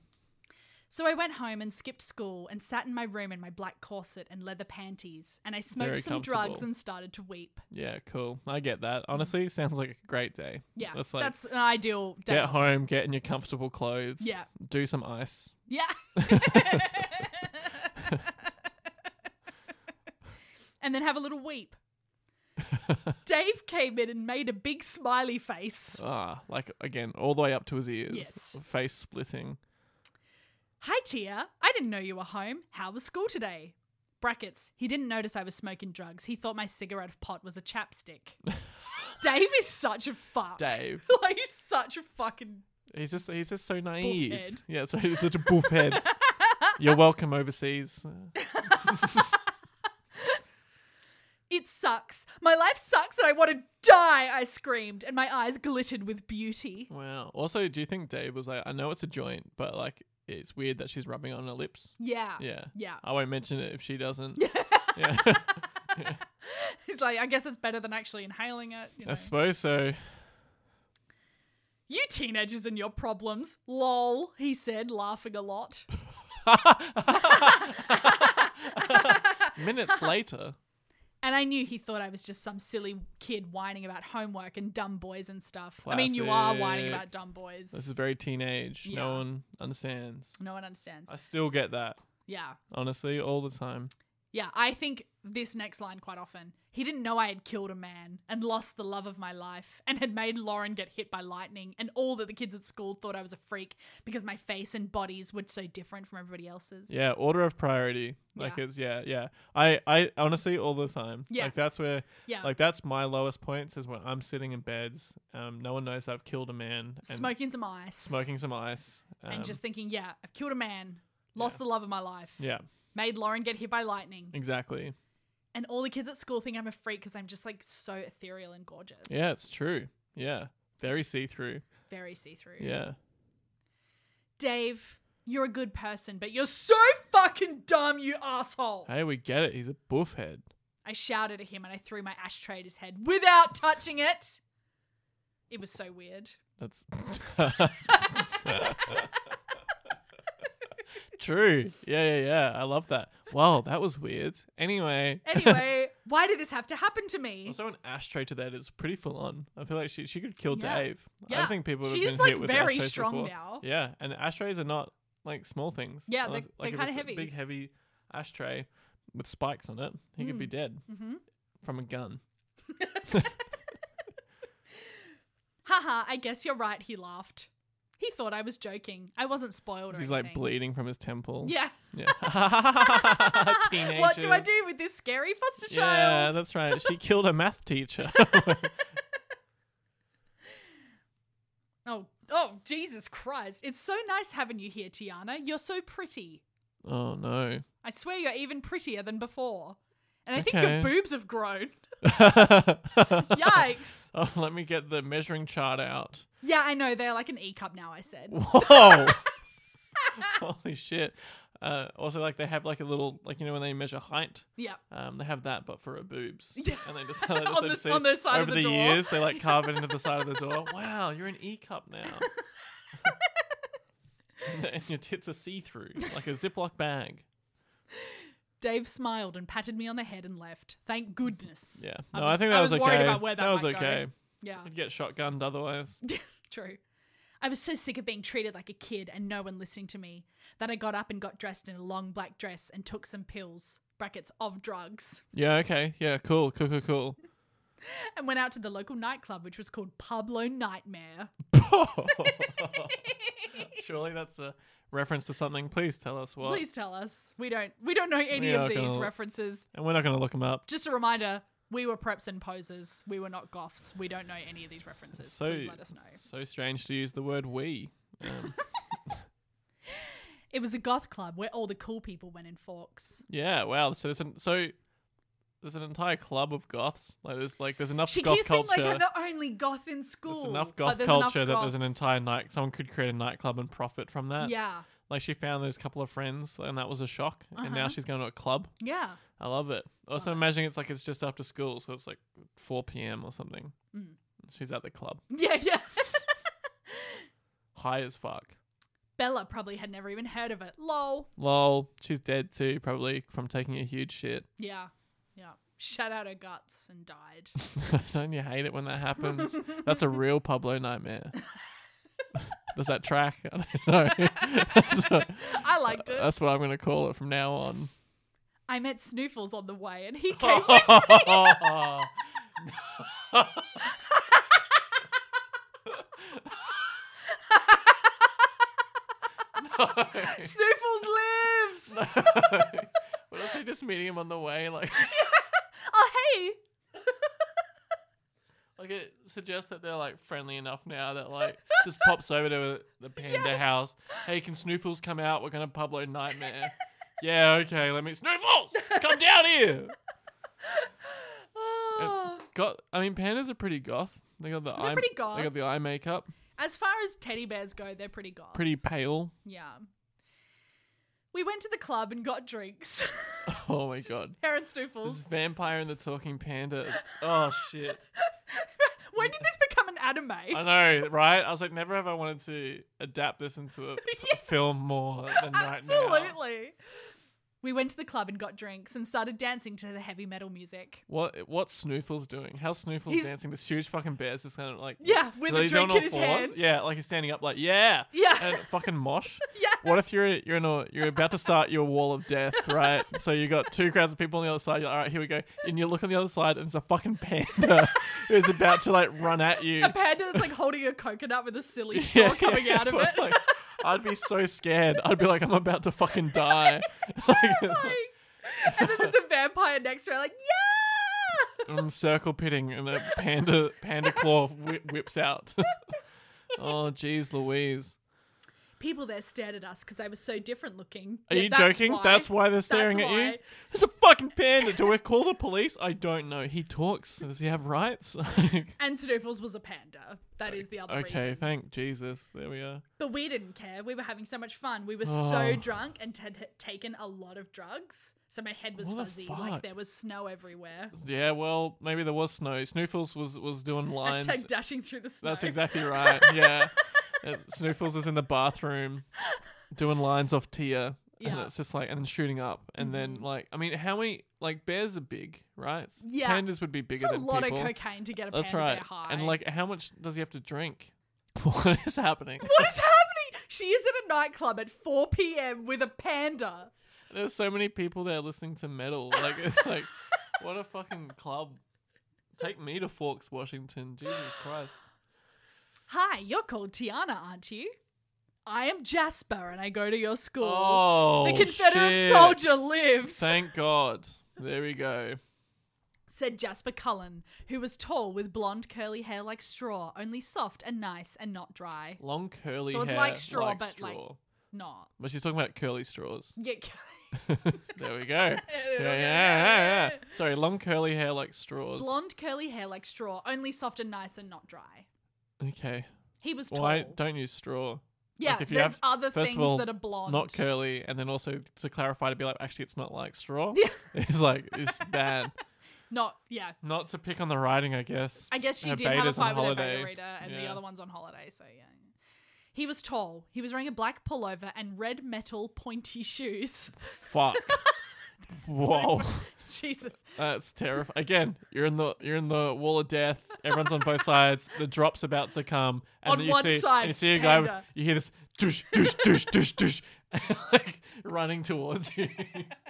Speaker 1: So I went home and skipped school and sat in my room in my black corset and leather panties and I smoked
Speaker 2: Very
Speaker 1: some drugs
Speaker 2: comfortable.
Speaker 1: and started to weep.
Speaker 2: Yeah, cool. I get that. Honestly, sounds like a great day.
Speaker 1: Yeah,
Speaker 2: that's
Speaker 1: that's,
Speaker 2: like
Speaker 1: an ideal day.
Speaker 2: get
Speaker 1: off.
Speaker 2: home, get in your comfortable clothes.
Speaker 1: Yeah.
Speaker 2: do some ice. [LAUGHS]
Speaker 1: Yeah. and then have a little
Speaker 2: [LAUGHS]
Speaker 1: weep. Dave came in and made a big smiley face.
Speaker 2: Ah, like again, all the way up to his ears.
Speaker 1: Yes.
Speaker 2: face splitting.
Speaker 1: Hi, Tia. I didn't know you were home. How was school today? Brackets. He didn't notice I was smoking drugs. He thought my cigarette of pot was a chapstick. Dave is such a fuck.
Speaker 2: Dave,
Speaker 1: [LAUGHS] like he's such a fucking
Speaker 2: he's just he's just so naive.
Speaker 1: head.
Speaker 2: [LAUGHS] Yeah, that's right. He's such a boof
Speaker 1: [LAUGHS]
Speaker 2: head. You're welcome overseas. Uh,
Speaker 1: It sucks. My life sucks and I want to die, I screamed, and my eyes glittered with beauty.
Speaker 2: Wow. Also, do you think Dave was like, I know it's a joint, but like it's weird that she's rubbing it on her lips.
Speaker 1: Yeah.
Speaker 2: Yeah.
Speaker 1: Yeah. [LAUGHS]
Speaker 2: I won't mention it if she doesn't. yeah. [LAUGHS]
Speaker 1: He's like, I guess that's better than actually inhaling it. You, know.
Speaker 2: I suppose so.
Speaker 1: you teenagers and your problems. Lol, he said, laughing a lot.
Speaker 2: Minutes later.
Speaker 1: And I knew he thought I was just some silly kid whining about homework and dumb boys and stuff. I mean, you are whining
Speaker 2: Classic.
Speaker 1: about dumb boys.
Speaker 2: This is very teenage.
Speaker 1: Yeah.
Speaker 2: No one understands.
Speaker 1: no one understands.
Speaker 2: I still get that,
Speaker 1: Yeah.
Speaker 2: honestly, all the time.
Speaker 1: Yeah, I think this next line quite often. He didn't know I had killed a man and lost the love of my life and had made Lauren get hit by lightning and all that the kids at school thought I was a freak because my face and bodies were so different from everybody else's.
Speaker 2: Yeah, order of priority. Like
Speaker 1: Yeah.
Speaker 2: it's yeah, yeah. I I honestly all the time.
Speaker 1: Yeah.
Speaker 2: Like that's where
Speaker 1: Yeah.
Speaker 2: like that's my lowest points is when I'm sitting in beds, um no one knows I've killed a man and
Speaker 1: smoking some ice.
Speaker 2: smoking some ice. Um,
Speaker 1: and just thinking, yeah, I've killed a man, lost the love of my life,
Speaker 2: Yeah,
Speaker 1: made Lauren get hit by lightning.
Speaker 2: exactly.
Speaker 1: And all the kids at school think I'm a freak because I'm just like so ethereal and gorgeous.
Speaker 2: Yeah, it's true. Yeah. Very see through.
Speaker 1: Very see through.
Speaker 2: Yeah.
Speaker 1: Dave, you're a good person, but you're so fucking dumb, you asshole.
Speaker 2: Hey, we get it. He's a boof head.
Speaker 1: I shouted at him and I threw my ashtray at his head without touching it. It was so
Speaker 2: [LAUGHS]
Speaker 1: weird.
Speaker 2: That's true. Yeah, yeah, yeah. I love that. Wow, that was weird. Anyway,
Speaker 1: Anyway, why did this have to happen to me?
Speaker 2: also an ashtray to that is pretty full on. I feel like she she could kill
Speaker 1: Yeah.
Speaker 2: Dave. I
Speaker 1: Yeah.
Speaker 2: don't think people would have
Speaker 1: She's,
Speaker 2: been
Speaker 1: like,
Speaker 2: hit with
Speaker 1: very
Speaker 2: ashtrays
Speaker 1: strong
Speaker 2: before.
Speaker 1: now.
Speaker 2: Yeah, and ashtrays are not like small things.
Speaker 1: Yeah,
Speaker 2: Unless-
Speaker 1: they're-
Speaker 2: like
Speaker 1: they're kinda
Speaker 2: if it's a
Speaker 1: heavy.
Speaker 2: Big heavy ashtray with spikes on it. He could
Speaker 1: Mm.
Speaker 2: be dead
Speaker 1: Mm-hmm.
Speaker 2: from a gun.
Speaker 1: Haha, I guess you're right, he laughed. He thought I was joking. I wasn't spoiled or
Speaker 2: He's like
Speaker 1: anything.
Speaker 2: bleeding from his temple.
Speaker 1: Yeah.
Speaker 2: Yeah. [LAUGHS]
Speaker 1: [LAUGHS]
Speaker 2: Teenagers.
Speaker 1: What do I do with this scary foster
Speaker 2: Yeah,
Speaker 1: child?
Speaker 2: that's right. She killed a math
Speaker 1: [LAUGHS]
Speaker 2: teacher.
Speaker 1: oh, oh, Jesus Christ. It's so nice having you here, Tiana. You're so pretty.
Speaker 2: oh no.
Speaker 1: I swear you're even prettier than before. And I
Speaker 2: Okay.
Speaker 1: think your boobs have
Speaker 2: [LAUGHS]
Speaker 1: grown. Yikes.
Speaker 2: Oh, let me get the measuring
Speaker 1: [LAUGHS]
Speaker 2: chart out.
Speaker 1: yeah, I know. They're like an E cup now, I said.
Speaker 2: Whoa. Holy shit. Uh, also, like they have like a little, like you know, when they measure height,
Speaker 1: Yeah.
Speaker 2: um, they have that, but for her boobs.
Speaker 1: Yeah.
Speaker 2: And they just, [LAUGHS] they just
Speaker 1: [LAUGHS] On
Speaker 2: they
Speaker 1: the-
Speaker 2: just see
Speaker 1: on the side
Speaker 2: over
Speaker 1: of the
Speaker 2: the
Speaker 1: door.
Speaker 2: years, they like carve it into the side of the door.
Speaker 1: [LAUGHS]
Speaker 2: Wow, you're an E cup now. [LAUGHS] and your tits are see through, like a Ziploc bag.
Speaker 1: Dave smiled and patted me on the head and left. Thank goodness.
Speaker 2: Yeah.
Speaker 1: I
Speaker 2: No,
Speaker 1: was-
Speaker 2: I think that
Speaker 1: I
Speaker 2: was,
Speaker 1: was
Speaker 2: okay.
Speaker 1: worried about where that
Speaker 2: was
Speaker 1: might go.
Speaker 2: okay.
Speaker 1: Yeah.
Speaker 2: I'd get shotgunned otherwise. [LAUGHS]
Speaker 1: True. I was so sick of being treated like a kid and no one listening to me that I got up and got dressed in a long black dress and took some pills. Brackets of drugs.
Speaker 2: Yeah, okay. Yeah, cool, cool, cool, cool.
Speaker 1: and went out to the local nightclub, which was called Pablo Nightmare.
Speaker 2: [LAUGHS] Surely that's a reference to something. Please tell us what.
Speaker 1: Please tell us. We don't we don't know any
Speaker 2: Yeah,
Speaker 1: of
Speaker 2: okay,
Speaker 1: these
Speaker 2: I'll-
Speaker 1: references.
Speaker 2: And we're not going to look them up.
Speaker 1: Just a reminder, we were preps and posers. We were not goths. We don't know any of these references.
Speaker 2: So-
Speaker 1: Please let us know.
Speaker 2: So strange to use the word we. Um,
Speaker 1: It was a goth club where all the cool people went in forks.
Speaker 2: yeah, wow. So there's an, so there's an entire club of goths. Like there's like there's enough
Speaker 1: She
Speaker 2: goth
Speaker 1: keeps
Speaker 2: culture.
Speaker 1: being like, "I'm the only goth in school."
Speaker 2: there's enough
Speaker 1: But
Speaker 2: goth
Speaker 1: there's enough
Speaker 2: culture that there's an
Speaker 1: goths.
Speaker 2: entire night. Someone could create a nightclub and profit from that.
Speaker 1: Yeah,
Speaker 2: Like she found those couple of friends, and that was a shock. And now
Speaker 1: Uh-huh.
Speaker 2: she's going to a club.
Speaker 1: yeah. [LAUGHS]
Speaker 2: I love it. Also,
Speaker 1: Love it.
Speaker 2: imagining it's like it's just after school, so it's like 4 p.m. or something.
Speaker 1: Mm.
Speaker 2: She's at the club,
Speaker 1: Yeah, yeah.
Speaker 2: high as fuck.
Speaker 1: Bella probably had never even heard of it. Lol.
Speaker 2: Lol, she's dead too, probably from taking a huge shit. [LAUGHS]
Speaker 1: Yeah, yeah. Shut out her guts and died. [LAUGHS]
Speaker 2: Don't you hate it when that happens? That's a real Pablo nightmare. Does that track? I don't know. that's, what,
Speaker 1: I liked it.
Speaker 2: that's what I'm going to call it from now on.
Speaker 1: I met Snoofles on the way,
Speaker 2: [LAUGHS]
Speaker 1: and he came. with-
Speaker 2: Oh,
Speaker 1: Snoofles lives.
Speaker 2: [LAUGHS] What else? Just meeting him on the way, like,
Speaker 1: [LAUGHS] Oh hey,
Speaker 2: like it suggests that they're like friendly enough now that like just pops over to the panda house. Hey, can Snoofles come out? We're gonna Pablo nightmare.
Speaker 1: [LAUGHS]
Speaker 2: yeah, okay. Let me Snoofles, come down here. Uh,
Speaker 1: Oh.
Speaker 2: Got. I mean, pandas are pretty goth. They got the eye.
Speaker 1: pretty goth.
Speaker 2: They got the eye makeup.
Speaker 1: As far as teddy bears go, they're pretty goth. [LAUGHS]
Speaker 2: Pretty pale.
Speaker 1: Yeah. We went to the club and got drinks. [LAUGHS]
Speaker 2: Oh my god.
Speaker 1: Parents
Speaker 2: This is
Speaker 1: Snoofles.
Speaker 2: vampire and the talking panda.
Speaker 1: [LAUGHS]
Speaker 2: Oh shit.
Speaker 1: When did this become an anime?
Speaker 2: I know, right? I was like, never have I wanted to adapt
Speaker 1: [LAUGHS]
Speaker 2: this into a, a film more than right now.
Speaker 1: Absolutely. We went to the club and got drinks and started dancing to the heavy metal music.
Speaker 2: What what's Snoofles doing? How's Snoofles
Speaker 1: He's-
Speaker 2: dancing? This huge fucking bear's just kind of like
Speaker 1: Yeah, with
Speaker 2: so
Speaker 1: a
Speaker 2: he's
Speaker 1: drink
Speaker 2: on
Speaker 1: in
Speaker 2: all
Speaker 1: his
Speaker 2: fours?
Speaker 1: hand.
Speaker 2: Yeah, like he's standing up, like yeah,
Speaker 1: Yeah. [LAUGHS]
Speaker 2: and fucking mosh.
Speaker 1: Yeah.
Speaker 2: What if you're you're in a, you're about to start your wall of death,
Speaker 1: [LAUGHS]
Speaker 2: right? so you got two crowds of people on the other side. You're like, all right, here we go, and you look on the other side, and it's a fucking
Speaker 1: [LAUGHS]
Speaker 2: panda who's about to like run at you.
Speaker 1: A panda that's like holding a coconut with a silly straw
Speaker 2: [LAUGHS] Yeah,
Speaker 1: coming
Speaker 2: yeah,
Speaker 1: out of
Speaker 2: but,
Speaker 1: it.
Speaker 2: [LAUGHS] like, I'd be so scared. I'd be like, I'm about to fucking
Speaker 1: [LAUGHS]
Speaker 2: die. [LAUGHS] It's like- it's
Speaker 1: Oh
Speaker 2: [LAUGHS] like-
Speaker 1: Like- and then there's a vampire next to her, like, yeah!
Speaker 2: I'm circle pitting, and a panda panda claw whi whips out. [LAUGHS] oh, jeez, Louise.
Speaker 1: People there stared at us because I was so different looking.
Speaker 2: Are
Speaker 1: Yeah,
Speaker 2: you
Speaker 1: that's
Speaker 2: joking? That's why they're staring at you.
Speaker 1: why.
Speaker 2: There's a fucking panda. Do we call the police? I don't know. He talks. Does he have rights? [LAUGHS]
Speaker 1: And Snoofles was a panda. That is the other
Speaker 2: okay,
Speaker 1: reason.
Speaker 2: thank Jesus. There we are.
Speaker 1: But we didn't care. We were having so much fun. We were
Speaker 2: Oh.
Speaker 1: so drunk and had had taken a lot of drugs. So my head was
Speaker 2: What the
Speaker 1: fuzzy.
Speaker 2: fuck?
Speaker 1: Like there was snow everywhere.
Speaker 2: Yeah, well, maybe there was snow. Snoofles was was doing lines.
Speaker 1: Hashtag dashing through the snow. [LAUGHS]
Speaker 2: That's exactly right. Yeah. It's- Snoofles is in the bathroom doing lines off Tia. And
Speaker 1: Yeah. Mm-hmm.
Speaker 2: it's just like, and then shooting up. And then, like, I mean, how many, like, bears are big, right?
Speaker 1: Yeah.
Speaker 2: Pandas would be bigger
Speaker 1: It's a
Speaker 2: than
Speaker 1: lot
Speaker 2: people.
Speaker 1: of cocaine to get a
Speaker 2: That's
Speaker 1: panda
Speaker 2: right.
Speaker 1: bear high.
Speaker 2: And, like, how much does he have to drink? [LAUGHS] What is happening?
Speaker 1: what is happening? She is at a nightclub at 4 p.m. with a panda.
Speaker 2: There's so many people there listening to metal. Like,
Speaker 1: [LAUGHS]
Speaker 2: it's like, what a fucking club. Take me to Forks, Washington. Jesus Christ.
Speaker 1: Hi, you're called Tiana, aren't you? I am Jasper, and I go to your school.
Speaker 2: Oh,
Speaker 1: the Confederate
Speaker 2: shit.
Speaker 1: soldier lives.
Speaker 2: Thank God. There we go.
Speaker 1: said Jasper Cullen, who was tall with blonde curly hair like straw, only soft and nice and not dry.
Speaker 2: Long curly
Speaker 1: So it's
Speaker 2: hair,
Speaker 1: like straw, but, like-
Speaker 2: straw.
Speaker 1: Not.
Speaker 2: But she's talking about curly straws. [LAUGHS]
Speaker 1: Yeah. [LAUGHS]
Speaker 2: there we go. Yeah, yeah, yeah, yeah. Sorry, long curly hair like straws.
Speaker 1: Blonde curly hair like straw, only soft and nice and not dry.
Speaker 2: Okay.
Speaker 1: He was tall.
Speaker 2: Why don't use straw?
Speaker 1: yeah,
Speaker 2: like, if you
Speaker 1: there's
Speaker 2: have-
Speaker 1: other
Speaker 2: first of
Speaker 1: things
Speaker 2: all,
Speaker 1: that are blonde.
Speaker 2: Not curly, and then also to clarify to be like, actually, it's not like straw.
Speaker 1: [LAUGHS] [LAUGHS]
Speaker 2: [LAUGHS]
Speaker 1: Yeah.
Speaker 2: it's like it's bad.
Speaker 1: Not yeah.
Speaker 2: Not to pick on the writing, I guess.
Speaker 1: I guess she
Speaker 2: Her
Speaker 1: did have a
Speaker 2: beta's on
Speaker 1: fight with her
Speaker 2: holiday.
Speaker 1: beta reader, and the
Speaker 2: Yeah.
Speaker 1: other one's on holiday. So yeah. He was tall. He was wearing a black pullover and red metal pointy shoes. [LAUGHS]
Speaker 2: Fuck. Whoa,
Speaker 1: Jesus.
Speaker 2: that's terrifying. Again, you're in the you're in the wall of death. Everyone's on both sides. The drop's about to come, and
Speaker 1: On
Speaker 2: then you
Speaker 1: one
Speaker 2: see
Speaker 1: side,
Speaker 2: and you see a guy. With,
Speaker 1: panda.
Speaker 2: you hear this [LAUGHS] douche douche douche douche douche, like running towards you.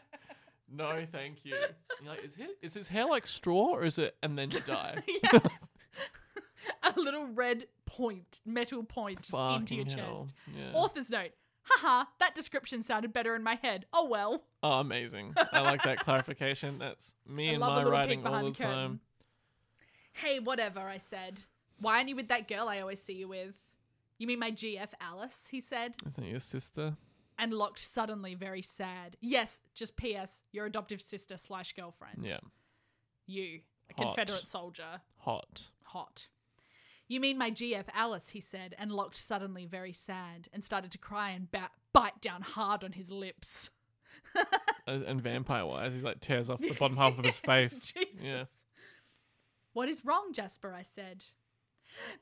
Speaker 2: [LAUGHS] no, thank you. You're like, is his, is his hair like straw or is it? And then you
Speaker 1: [LAUGHS]
Speaker 2: die.
Speaker 1: yeah. a little red point, metal point just into
Speaker 2: Fucking
Speaker 1: your
Speaker 2: hell.
Speaker 1: chest.
Speaker 2: Yeah.
Speaker 1: Author's note. Haha, that description sounded better in my head. Oh well.
Speaker 2: oh, amazing. I like that clarification. That's
Speaker 1: [LAUGHS]
Speaker 2: me
Speaker 1: I
Speaker 2: and
Speaker 1: love a
Speaker 2: my
Speaker 1: little peek
Speaker 2: writing all
Speaker 1: behind
Speaker 2: the
Speaker 1: the curtain.
Speaker 2: time.
Speaker 1: Hey, whatever, I said. Why aren't you with that girl I always see you with? You mean my GF Alice, he said,
Speaker 2: Is that your sister?
Speaker 1: and looked suddenly very sad. Yes, just P.S. Your adoptive sister slash girlfriend.
Speaker 2: Yeah.
Speaker 1: You, a
Speaker 2: Hot.
Speaker 1: Confederate soldier.
Speaker 2: Hot.
Speaker 1: Hot. You mean my GF Alice, he said, and looked suddenly very sad, and started to cry and ba- bite down hard on his lips. [LAUGHS]
Speaker 2: Uh, And vampire wise, he like
Speaker 1: [LAUGHS]
Speaker 2: tears off the bottom half of his face.
Speaker 1: Jesus.
Speaker 2: Yeah.
Speaker 1: What is wrong, Jasper? I said.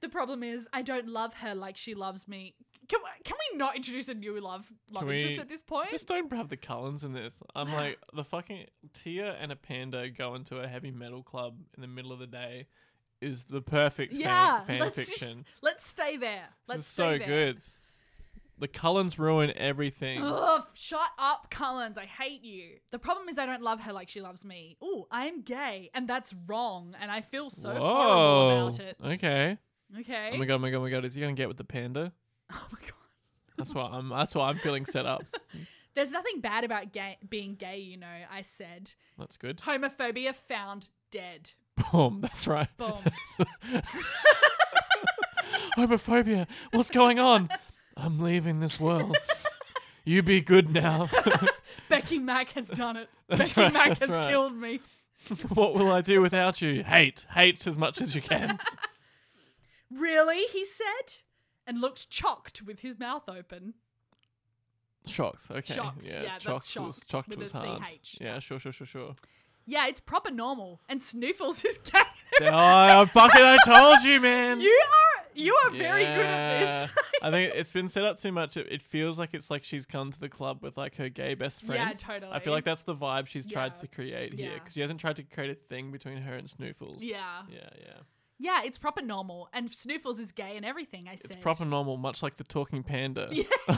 Speaker 1: The problem is, I don't love her like she loves me. Can, we- can we not introduce a new love love
Speaker 2: Can we
Speaker 1: interest at this point?
Speaker 2: Just don't have the Cullens in this. I'm
Speaker 1: [SIGHS]
Speaker 2: like, the fucking Tia and a panda go into a heavy metal club in the middle of the day is the perfect fan,
Speaker 1: yeah,
Speaker 2: fan
Speaker 1: let's [LAUGHS] just
Speaker 2: fiction.
Speaker 1: let's stay there. Let's
Speaker 2: this is
Speaker 1: stay
Speaker 2: so
Speaker 1: there.
Speaker 2: good. The Cullens ruin everything.
Speaker 1: Ugh, shut up, Cullens. I hate you. The problem is, I don't love her like she loves me. Ooh, I am gay, and that's wrong, and I feel so horrible about it.
Speaker 2: Okay.
Speaker 1: Okay.
Speaker 2: Oh my god, oh my god, oh my god. Is he gonna get with the panda?
Speaker 1: [LAUGHS] Oh my god.
Speaker 2: That's why I'm that's why I'm feeling
Speaker 1: [LAUGHS]
Speaker 2: set up.
Speaker 1: There's nothing bad about gay, being gay, you know, I said.
Speaker 2: That's good.
Speaker 1: Homophobia found dead.
Speaker 2: Boom, [LAUGHS] that's right.
Speaker 1: [LAUGHS] Boom.
Speaker 2: Homophobia. oh What's going on? I'm leaving this world. You be good now. [LAUGHS]
Speaker 1: Becky Mac has done it.
Speaker 2: That's
Speaker 1: Becky
Speaker 2: right,
Speaker 1: Mac
Speaker 2: that's
Speaker 1: has
Speaker 2: right.
Speaker 1: killed me.
Speaker 2: what will I do without you? Hate. Hate as much as you can.
Speaker 1: Really? He said, and looked chocked with his mouth open.
Speaker 2: Shocked. Okay.
Speaker 1: Shocked, yeah, that's
Speaker 2: Was,
Speaker 1: shocked
Speaker 2: shocked
Speaker 1: with
Speaker 2: was
Speaker 1: a
Speaker 2: hard.
Speaker 1: CH.
Speaker 2: Yeah, sure, sure,
Speaker 1: [LAUGHS]
Speaker 2: sure, sure.
Speaker 1: Yeah, it's proper normal. And Snoofles is gay.
Speaker 2: oh, I fucking I told you, man.
Speaker 1: you are you are very good at
Speaker 2: Yeah.
Speaker 1: this. [LAUGHS]
Speaker 2: I think it's been set up too much. It, it feels like it's like she's come to the club with like her gay best friend.
Speaker 1: Yeah,
Speaker 2: I
Speaker 1: totally.
Speaker 2: feel like that's the vibe she's tried
Speaker 1: Yeah.
Speaker 2: to create here
Speaker 1: Yeah.
Speaker 2: because she hasn't tried to create a thing between her and
Speaker 1: [LAUGHS]
Speaker 2: Snoofles.
Speaker 1: yeah.
Speaker 2: Yeah, yeah.
Speaker 1: Yeah, it's proper normal. And Snoofles is gay and everything, I said.
Speaker 2: It's proper normal, much like the talking panda.
Speaker 1: [LAUGHS]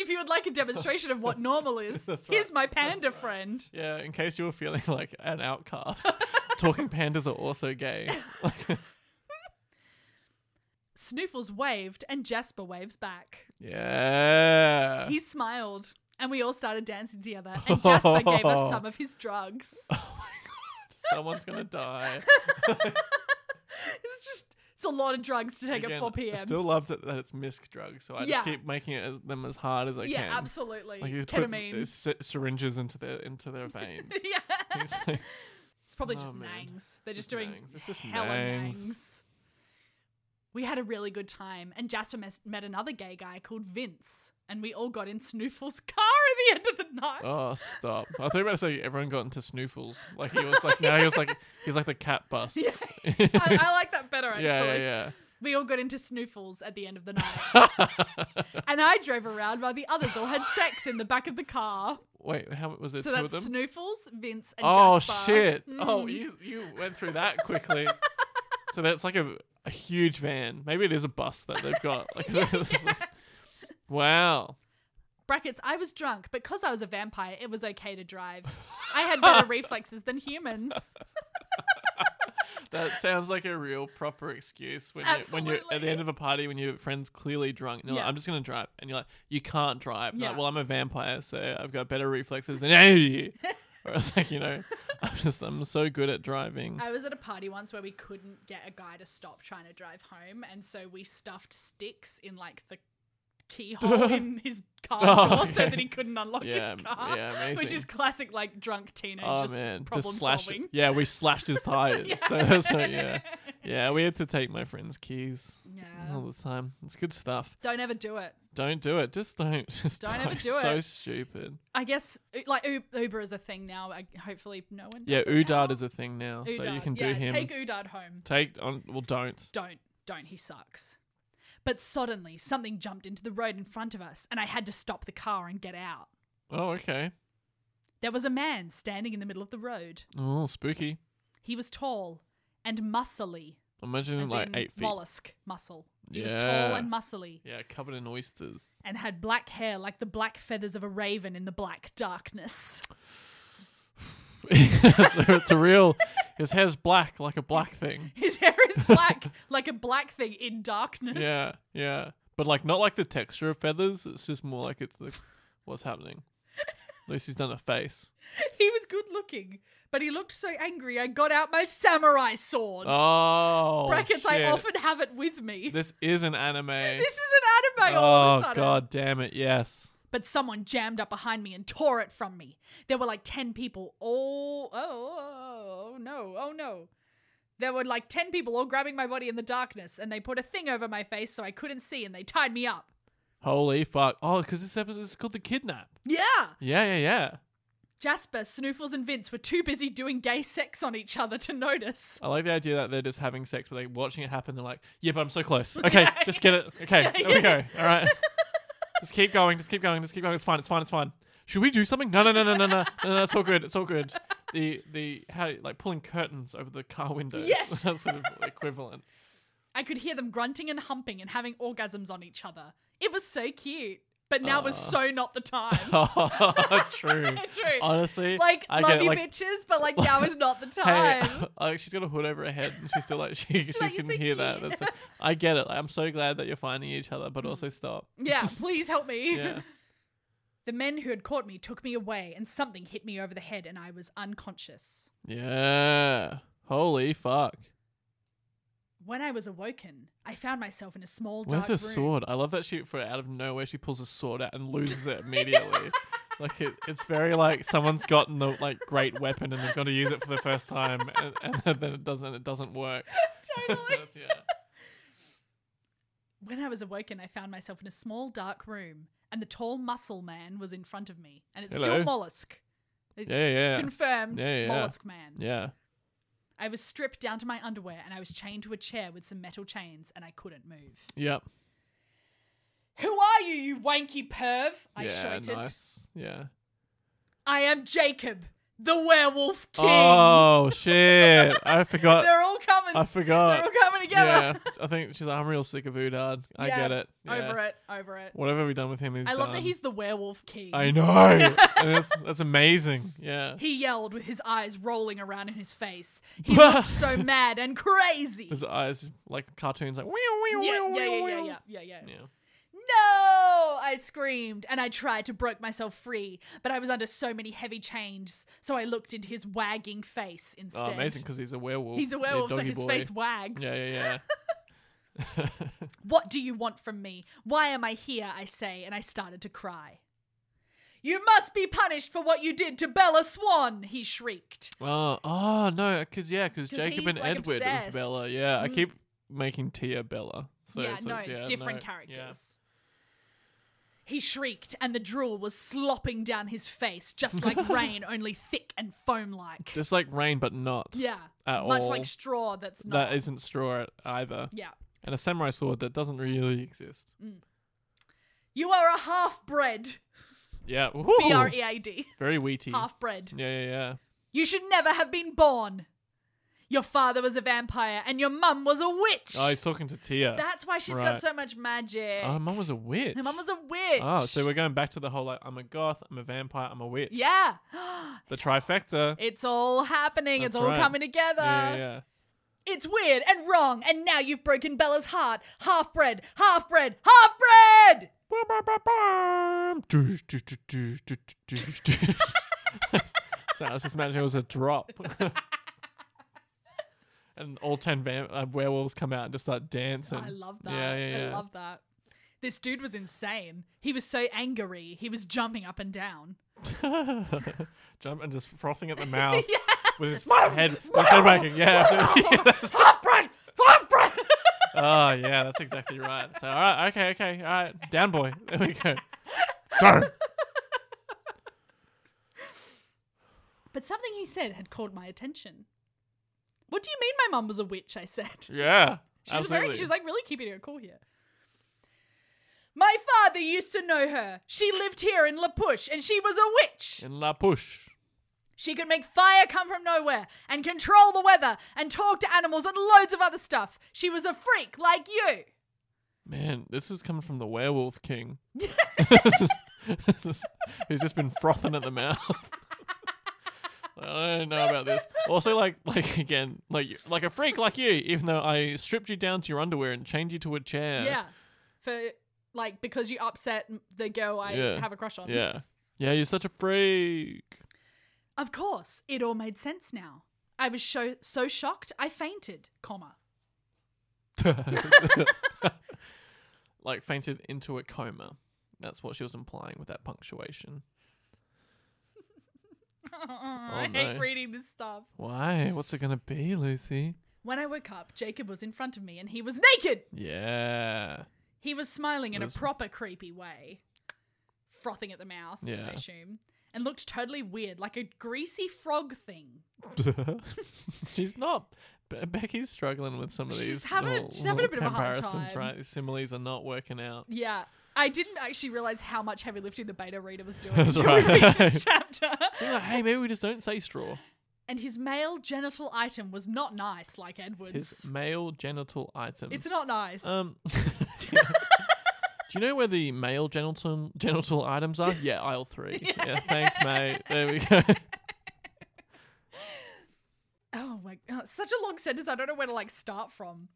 Speaker 1: If you would like a demonstration of what normal is,
Speaker 2: [LAUGHS] That's
Speaker 1: here's
Speaker 2: right,
Speaker 1: my panda friend.
Speaker 2: Yeah, in case you were feeling like
Speaker 1: [LAUGHS]
Speaker 2: an outcast, talking pandas are also gay.
Speaker 1: Snoofles waved and Jasper waves back.
Speaker 2: Yeah.
Speaker 1: He smiled and we all started dancing together and Jasper gave
Speaker 2: [LAUGHS]
Speaker 1: us some of his drugs. [LAUGHS]
Speaker 2: Someone's going to die.
Speaker 1: It's just it's a lot of drugs to take at
Speaker 2: Again,
Speaker 1: 4
Speaker 2: I
Speaker 1: p.m.
Speaker 2: still love that, that it's misc drugs, so I
Speaker 1: Yeah.
Speaker 2: just keep making it as, them as hard as I
Speaker 1: yeah,
Speaker 2: can.
Speaker 1: absolutely.
Speaker 2: Like he just puts
Speaker 1: Ketamine.
Speaker 2: uh, sy- syringes into their into their veins.
Speaker 1: [LAUGHS] yeah.
Speaker 2: [LAUGHS] He's
Speaker 1: [LAUGHS]
Speaker 2: like,
Speaker 1: It's probably
Speaker 2: Oh,
Speaker 1: just
Speaker 2: man.
Speaker 1: nangs. They're just
Speaker 2: Just
Speaker 1: doing
Speaker 2: nangs. It's just
Speaker 1: hella nangs.
Speaker 2: nangs.
Speaker 1: We had a really good time and Jasper mes- met another gay guy called Vince and we all got in Snoofles' [LAUGHS] car at the end of the night.
Speaker 2: oh, stop! I thought you were about to say everyone got into snoofles. Like he was like now he was like he's like the cat bus.
Speaker 1: [LAUGHS] Yeah.
Speaker 2: [LAUGHS] yeah,
Speaker 1: I, I like that better actually.
Speaker 2: [LAUGHS] yeah,
Speaker 1: We all got into Snoofles at the end of the night. [LAUGHS]
Speaker 2: yeah. [LAUGHS]
Speaker 1: And I drove around while the others all had sex in the back of the car.
Speaker 2: Wait, how was there
Speaker 1: So
Speaker 2: two
Speaker 1: that's
Speaker 2: of them?
Speaker 1: Snoofles, Vince, and
Speaker 2: oh
Speaker 1: Jasper.
Speaker 2: shit!
Speaker 1: Mm.
Speaker 2: Oh, you you went through that quickly. so that's like a a huge van. Maybe it is a bus that they've
Speaker 1: [LAUGHS]
Speaker 2: got. Like, [LAUGHS] Wow.
Speaker 1: Brackets, I was drunk. Because I was a vampire, it was okay to drive. I had
Speaker 2: [LAUGHS]
Speaker 1: better reflexes than humans.
Speaker 2: That sounds like a real proper excuse when you, when you're at the
Speaker 1: Absolutely.
Speaker 2: end of a party when your friend's clearly drunk. And you're
Speaker 1: Yeah.
Speaker 2: like, I'm just gonna drive, and you're like, you can't drive. And you're
Speaker 1: Yeah.
Speaker 2: Like, well, I'm a vampire, so I've got better reflexes than any of
Speaker 1: [LAUGHS]
Speaker 2: you. Or it's like, you know, I'm just I'm so good at driving.
Speaker 1: I was at a party once where we couldn't get a guy to stop trying to drive home. And so we stuffed sticks in like the
Speaker 2: [LAUGHS]
Speaker 1: keyhole in his car
Speaker 2: Oh,
Speaker 1: door so
Speaker 2: okay.
Speaker 1: that he couldn't unlock
Speaker 2: Yeah,
Speaker 1: his car.
Speaker 2: yeah,
Speaker 1: Which
Speaker 2: amazing.
Speaker 1: is classic like drunk teenagers
Speaker 2: oh man,
Speaker 1: problem
Speaker 2: just slash.
Speaker 1: solving.
Speaker 2: Yeah, we slashed his tires.
Speaker 1: [LAUGHS]
Speaker 2: So that's what, yeah, yeah. We had to take my friend's keys
Speaker 1: Yeah.
Speaker 2: all the time. It's good stuff.
Speaker 1: Don't ever do it.
Speaker 2: Don't do it. Just don't. [LAUGHS] Just
Speaker 1: Don't
Speaker 2: don't,
Speaker 1: ever do
Speaker 2: So
Speaker 1: it.
Speaker 2: stupid.
Speaker 1: I guess u- like U- Uber is a thing now. I, hopefully, no one.
Speaker 2: Yeah,
Speaker 1: Does it now.
Speaker 2: Udard is a thing now, so you
Speaker 1: Udard.
Speaker 2: can do
Speaker 1: yeah,
Speaker 2: him.
Speaker 1: Take Udard home.
Speaker 2: Take on. Well, don't.
Speaker 1: Don't, don't. He sucks. But suddenly, something jumped into the road in front of us, and I had to stop the car and get out.
Speaker 2: Oh, okay.
Speaker 1: There was a man standing in the middle of the road.
Speaker 2: Oh, spooky.
Speaker 1: He was tall and muscly,
Speaker 2: Imagine
Speaker 1: as
Speaker 2: like
Speaker 1: in
Speaker 2: eight feet.
Speaker 1: Mollusk muscle. He was tall
Speaker 2: Yeah.
Speaker 1: and muscly
Speaker 2: Yeah, covered in oysters. [LAUGHS]
Speaker 1: and had black hair like the black feathers of a raven in the black darkness. [LAUGHS]
Speaker 2: so it's a real. His hair's black, like a black thing.
Speaker 1: His hair is black
Speaker 2: [LAUGHS]
Speaker 1: like a black thing in darkness. [LAUGHS]
Speaker 2: Yeah, yeah. But like, not like the texture of feathers. It's just more like it's like, what's happening. Lucy's done
Speaker 1: [LAUGHS]
Speaker 2: a face.
Speaker 1: He was good looking, but he looked so angry I got out my samurai sword.
Speaker 2: Oh,
Speaker 1: Brackets, I
Speaker 2: shit.
Speaker 1: often have it with me.
Speaker 2: [LAUGHS] This is an
Speaker 1: [LAUGHS]
Speaker 2: anime.
Speaker 1: This is an anime all
Speaker 2: oh
Speaker 1: of a sudden.
Speaker 2: god damn it! Yes.
Speaker 1: But someone jammed up behind me and tore it from me. There were like 10 people all. Oh, oh, oh, no, oh no. There were like 10 people all grabbing my body in the darkness, and they put a thing over my face so I couldn't see, and they tied me up.
Speaker 2: Holy fuck! Oh, because this episode is called the kidnap.
Speaker 1: Yeah!
Speaker 2: Yeah, yeah, yeah.
Speaker 1: Jasper, Snoofles, and Vince were too busy doing gay sex on each other to notice.
Speaker 2: I like the idea that they're just having sex, but they're watching it happen. They're like, "Yeah, but I'm
Speaker 1: [LAUGHS]
Speaker 2: so close. Okay, just get it. Okay,
Speaker 1: Yeah,
Speaker 2: there we go.
Speaker 1: [LAUGHS]
Speaker 2: All right, just keep going. Just keep going. Just keep going. It's fine. It's fine. It's fine. Should we do something? No, no, no, no, no, no. No, no, it's all good. It's all good. The the how like pulling curtains over the car windows.
Speaker 1: Yes.
Speaker 2: [LAUGHS] that's sort of equivalent.
Speaker 1: I could hear them grunting and humping and having orgasms on each other. It was so cute, but now was
Speaker 2: Aw.
Speaker 1: so not the time.
Speaker 2: [LAUGHS]
Speaker 1: [LAUGHS]
Speaker 2: True.
Speaker 1: [LAUGHS] True.
Speaker 2: [LAUGHS] Honestly,
Speaker 1: like,
Speaker 2: I
Speaker 1: love
Speaker 2: get it,
Speaker 1: you
Speaker 2: like,
Speaker 1: bitches, but like now is not the
Speaker 2: [LAUGHS] Hey,
Speaker 1: time.
Speaker 2: [LAUGHS] like she's got a hood over her head, and she's still like [LAUGHS] she she
Speaker 1: like, "It's
Speaker 2: can
Speaker 1: so
Speaker 2: hear that.
Speaker 1: cute." [LAUGHS]
Speaker 2: That's like, I get it. Like, I'm so glad that you're finding each other, but
Speaker 1: [LAUGHS]
Speaker 2: also stop. [LAUGHS]
Speaker 1: Yeah, please help me.
Speaker 2: Yeah.
Speaker 1: The men who had caught me took me away, and something hit me over the head, and I was unconscious.
Speaker 2: Yeah. Holy fuck.
Speaker 1: When I was awoken, I found myself in a small
Speaker 2: Where's
Speaker 1: dark
Speaker 2: her
Speaker 1: room.
Speaker 2: sword? I love that she for out of nowhere she pulls a sword out and loses it
Speaker 1: [LAUGHS]
Speaker 2: immediately. like it, it's very like someone's gotten the like great weapon and they've got to use it for the first time and, [LAUGHS] and then it doesn't it
Speaker 1: [LAUGHS]
Speaker 2: doesn't work.
Speaker 1: [LAUGHS] totally.
Speaker 2: [LAUGHS] That's- yeah.
Speaker 1: When I was awoken, I found myself in a small dark room, and the tall muscle man was in front of me, and it's
Speaker 2: Hello.
Speaker 1: still mollusk. It's
Speaker 2: Yeah, yeah.
Speaker 1: confirmed
Speaker 2: Yeah, yeah.
Speaker 1: mollusk man.
Speaker 2: Yeah.
Speaker 1: I was stripped down to my underwear, and I was chained to a chair with some metal chains, and I couldn't move.
Speaker 2: Yep.
Speaker 1: Who are you, you wanky perv? I
Speaker 2: yeah,
Speaker 1: shouted.
Speaker 2: nice. Yeah.
Speaker 1: I am Jacob, the werewolf king.
Speaker 2: Oh
Speaker 1: [LAUGHS]
Speaker 2: shit. I forgot
Speaker 1: They're all coming. They're
Speaker 2: I
Speaker 1: all
Speaker 2: forgot.
Speaker 1: coming
Speaker 2: Yeah.
Speaker 1: together.
Speaker 2: I think she's like, I'm real sick of Udard. I
Speaker 1: Yeah,
Speaker 2: get it. Yeah.
Speaker 1: Over it. Over it.
Speaker 2: Whatever we've done with him is
Speaker 1: I love that
Speaker 2: done.
Speaker 1: he's the werewolf king.
Speaker 2: I know.
Speaker 1: [LAUGHS]
Speaker 2: and that's, that's amazing. Yeah.
Speaker 1: He yelled with his eyes rolling around in his face.
Speaker 2: [LAUGHS]
Speaker 1: He looked so mad and crazy.
Speaker 2: His eyes like cartoons, like "Wee, wee,
Speaker 1: Yeah,
Speaker 2: wee,
Speaker 1: yeah,
Speaker 2: wee,
Speaker 1: yeah, yeah,
Speaker 2: wee."
Speaker 1: yeah, yeah, yeah.
Speaker 2: Yeah.
Speaker 1: No! I screamed, and I tried to broke myself free, but I was under so many heavy chains, so I looked into his wagging face
Speaker 2: Oh,
Speaker 1: instead.
Speaker 2: amazing because he's a werewolf.
Speaker 1: He's a werewolf, so
Speaker 2: doggy
Speaker 1: his
Speaker 2: boy.
Speaker 1: face wags.
Speaker 2: Yeah, yeah,
Speaker 1: [LAUGHS]
Speaker 2: yeah. [LAUGHS]
Speaker 1: What do you want from me? Why am I here? I say, and I started to cry. You must be punished for what you did to Bella Swan, he shrieked.
Speaker 2: oh, oh no, because yeah, because
Speaker 1: 'Cause
Speaker 2: Jacob
Speaker 1: he's,
Speaker 2: and
Speaker 1: like,
Speaker 2: Edward
Speaker 1: obsessed.
Speaker 2: with Bella. Yeah, I
Speaker 1: Mm.
Speaker 2: keep making Tia Bella. So
Speaker 1: yeah,
Speaker 2: it's
Speaker 1: no,
Speaker 2: like, yeah,
Speaker 1: different
Speaker 2: no, yeah.
Speaker 1: characters. He shrieked, and the drool was slopping down his face, just [LAUGHS] like rain, only thick and foam like.
Speaker 2: Just like rain, but not.
Speaker 1: Yeah.
Speaker 2: at
Speaker 1: much
Speaker 2: all.
Speaker 1: like straw that's not.
Speaker 2: That isn't straw either,
Speaker 1: yeah. Mm.
Speaker 2: and a samurai sword that doesn't really exist.
Speaker 1: You are a half bred.
Speaker 2: Yeah,
Speaker 1: B R
Speaker 2: Ooh,
Speaker 1: E A D.
Speaker 2: very wheaty.
Speaker 1: Half bred.
Speaker 2: Yeah, yeah, yeah.
Speaker 1: You should never have been born. Your father was a vampire and your mum was a witch.
Speaker 2: Oh, he's talking to Tia.
Speaker 1: That's why she's
Speaker 2: Right.
Speaker 1: got so much magic.
Speaker 2: Oh, mum was a witch.
Speaker 1: Her mum was a witch.
Speaker 2: Oh, so we're going back to the whole like I'm a goth, I'm a vampire, I'm a witch.
Speaker 1: Yeah. [GASPS]
Speaker 2: The trifecta.
Speaker 1: it's uh, all happening. it's
Speaker 2: That's
Speaker 1: all
Speaker 2: right.
Speaker 1: coming together.
Speaker 2: yeah, yeah, yeah.
Speaker 1: It's weird and wrong, and now you've broken Bella's heart. Half bread, half bread, half bread!
Speaker 2: Bum, bum, bum, bum. Do, do, do, do, do, do, do, do. [LAUGHS] so I was just imagining it was a drop. [LAUGHS] and all 10 vam- uh, werewolves come out and just start dancing.
Speaker 1: I love that.
Speaker 2: Um, Yeah, yeah, yeah.
Speaker 1: I love that. This dude was insane. He was so angry. He was jumping up and down.
Speaker 2: [LAUGHS] Jump and just frothing at the mouth
Speaker 1: [LAUGHS] Yeah.
Speaker 2: with his head, like, head wagging. [LAUGHS] [LAUGHS] Yeah.
Speaker 1: [LAUGHS] half bread, half bread. [LAUGHS]
Speaker 2: oh, yeah, that's exactly right. So, all right, okay, okay, all right. Down boy. There we
Speaker 1: [LAUGHS]
Speaker 2: go. Darn.
Speaker 1: but something he said had caught my attention. What do you mean my mum was a witch? I said.
Speaker 2: Yeah.
Speaker 1: She's
Speaker 2: absolutely.
Speaker 1: very, she's like really keeping it cool here. My father used to know her. She lived here in La Push and she was a witch.
Speaker 2: in La Push.
Speaker 1: She could make fire come from nowhere and control the weather and talk to animals and loads of other stuff. She was a freak like you.
Speaker 2: Man, this is coming from the
Speaker 1: [LAUGHS]
Speaker 2: werewolf king. [LAUGHS] this is, this is, who's just been frothing at the mouth. [LAUGHS] I don't know about this. Also, like, like again, like, you- like a freak like you, even though I stripped you down to your underwear and chained you to a chair.
Speaker 1: Yeah. For like because you upset the girl I
Speaker 2: Yeah.
Speaker 1: have a crush on.
Speaker 2: yeah, yeah. You're such a freak.
Speaker 1: [LAUGHS] Of course, it all made sense now. I was so so shocked I fainted, comma.
Speaker 2: like fainted into a coma. That's what she was implying with that punctuation.
Speaker 1: Uh-uh. I
Speaker 2: Oh, no.
Speaker 1: hate reading this stuff.
Speaker 2: Why? What's it gonna be, Lucy?
Speaker 1: When I woke up, Jacob was in front of me and he was naked. [LAUGHS]
Speaker 2: Yeah.
Speaker 1: He was smiling in a
Speaker 2: Was-
Speaker 1: proper creepy way, frothing at the mouth,
Speaker 2: Yeah.
Speaker 1: I assume, and looked totally weird, like a greasy frog thing.
Speaker 2: she's not. Be- Becky's struggling with some of
Speaker 1: She's
Speaker 2: these.
Speaker 1: having a-
Speaker 2: little-
Speaker 1: she's having a
Speaker 2: little
Speaker 1: bit of a hard
Speaker 2: comparisons,
Speaker 1: time.
Speaker 2: right? These similes are not working out.
Speaker 1: Yeah. I didn't actually realize how much heavy lifting the beta reader was doing
Speaker 2: [LAUGHS] That's
Speaker 1: until we
Speaker 2: right.
Speaker 1: reached
Speaker 2: [LAUGHS]
Speaker 1: this chapter.
Speaker 2: She's like, hey, maybe we just don't say straw.
Speaker 1: And his male genital item was not nice, like Edward's.
Speaker 2: His male genital item.
Speaker 1: it's not nice.
Speaker 2: um. [LAUGHS] Do you know where the male genital genital items
Speaker 1: [LAUGHS]
Speaker 2: are? Yeah, aisle three. Yeah, thanks, mate. There we go. [LAUGHS]
Speaker 1: Oh my god, such a long sentence. I don't know where to like start from.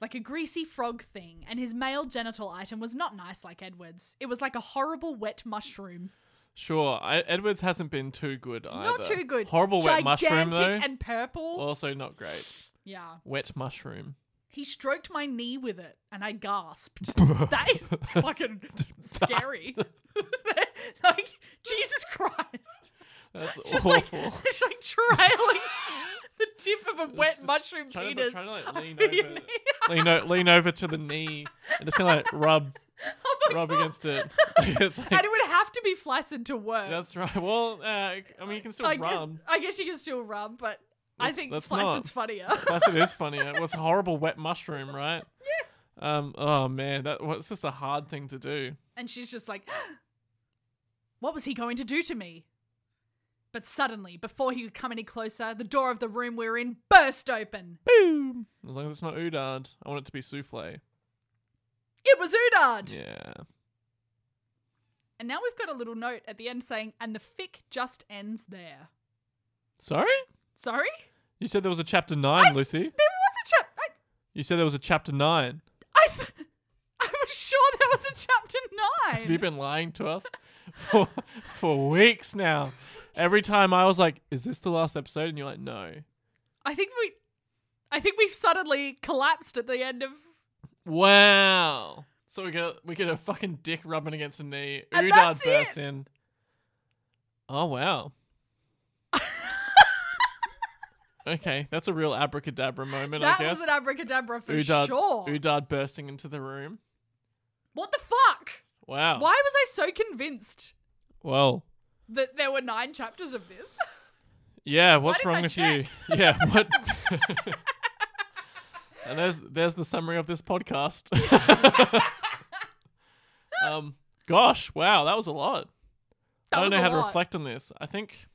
Speaker 1: Like a greasy frog thing, and his male genital item was not nice like Edward's. It was like a horrible wet mushroom.
Speaker 2: Sure, I, Edwards hasn't been too good either.
Speaker 1: Not too good.
Speaker 2: Horrible wet
Speaker 1: Gigantic
Speaker 2: mushroom though.
Speaker 1: and purple.
Speaker 2: also not great.
Speaker 1: yeah.
Speaker 2: Wet mushroom.
Speaker 1: He stroked my knee with it, and I gasped. [LAUGHS]
Speaker 2: [LAUGHS]
Speaker 1: that is fucking scary. [LAUGHS] like, Jesus Christ.
Speaker 2: That's
Speaker 1: It's just
Speaker 2: awful.
Speaker 1: like it's like trailing [LAUGHS] the tip of a wet
Speaker 2: just
Speaker 1: mushroom
Speaker 2: trying to-
Speaker 1: penis.
Speaker 2: trying to,
Speaker 1: [LAUGHS]
Speaker 2: like,
Speaker 1: over
Speaker 2: lean
Speaker 1: your
Speaker 2: over.
Speaker 1: knee.
Speaker 2: lean, o- lean over to the knee and just kind of like rub
Speaker 1: [LAUGHS] Oh my
Speaker 2: rub
Speaker 1: God. [LAUGHS]
Speaker 2: against it. Like, [LAUGHS] it's like-
Speaker 1: and it would have to be flaccid to work.
Speaker 2: that's right. Well, uh, I mean, you can still
Speaker 1: I guess,
Speaker 2: rub.
Speaker 1: I guess you can still rub, but I
Speaker 2: That's-
Speaker 1: think
Speaker 2: that's
Speaker 1: flaccid's
Speaker 2: [LAUGHS]
Speaker 1: funnier.
Speaker 2: Plus, it is funny. It was a horrible wet
Speaker 1: [LAUGHS]
Speaker 2: mushroom, right? Yeah. Um. Oh man, that was just a hard thing to do.
Speaker 1: and she's just like, [GASPS] what was he going to do to me? But suddenly, before he could come any closer, the door of the room we were in burst open.
Speaker 2: Boom. As long as it's not udard, I want it to be souffle.
Speaker 1: It was Udard!
Speaker 2: Yeah.
Speaker 1: And now we've got a little note at the end saying, and the fic just ends there.
Speaker 2: Sorry,
Speaker 1: Sorry?
Speaker 2: you said there was a chapter nine, Lucy.
Speaker 1: There was a chapter.
Speaker 2: You said there was a chapter nine.
Speaker 1: I, [LAUGHS] th- I was sure there was a chapter nine.
Speaker 2: Have you been lying to us [LAUGHS] for for weeks now? Every time I was like, "Is this the last episode?" and you're like, "No."
Speaker 1: I think we, I think we've suddenly collapsed at the end of.
Speaker 2: Wow. So we get a, we get a fucking dick rubbing against a knee.
Speaker 1: And
Speaker 2: Udard
Speaker 1: that's
Speaker 2: bursts in.
Speaker 1: [LAUGHS]
Speaker 2: Oh wow. okay, that's a real abracadabra moment.
Speaker 1: that
Speaker 2: I guess.
Speaker 1: was an abracadabra for
Speaker 2: Udard,
Speaker 1: sure.
Speaker 2: Udard bursting into the room.
Speaker 1: What the fuck?
Speaker 2: Wow.
Speaker 1: Why was I so convinced
Speaker 2: Well,
Speaker 1: that there were nine chapters of this? [LAUGHS]
Speaker 2: yeah. What's
Speaker 1: didn't
Speaker 2: wrong
Speaker 1: I
Speaker 2: with you? [LAUGHS] Yeah.
Speaker 1: [LAUGHS]
Speaker 2: What? and there's there's the summary of
Speaker 1: [LAUGHS]
Speaker 2: this podcast. [LAUGHS] um. Gosh. Wow. That was a lot.
Speaker 1: That
Speaker 2: I
Speaker 1: was
Speaker 2: don't know
Speaker 1: a
Speaker 2: how
Speaker 1: lot.
Speaker 2: to reflect on this. I think,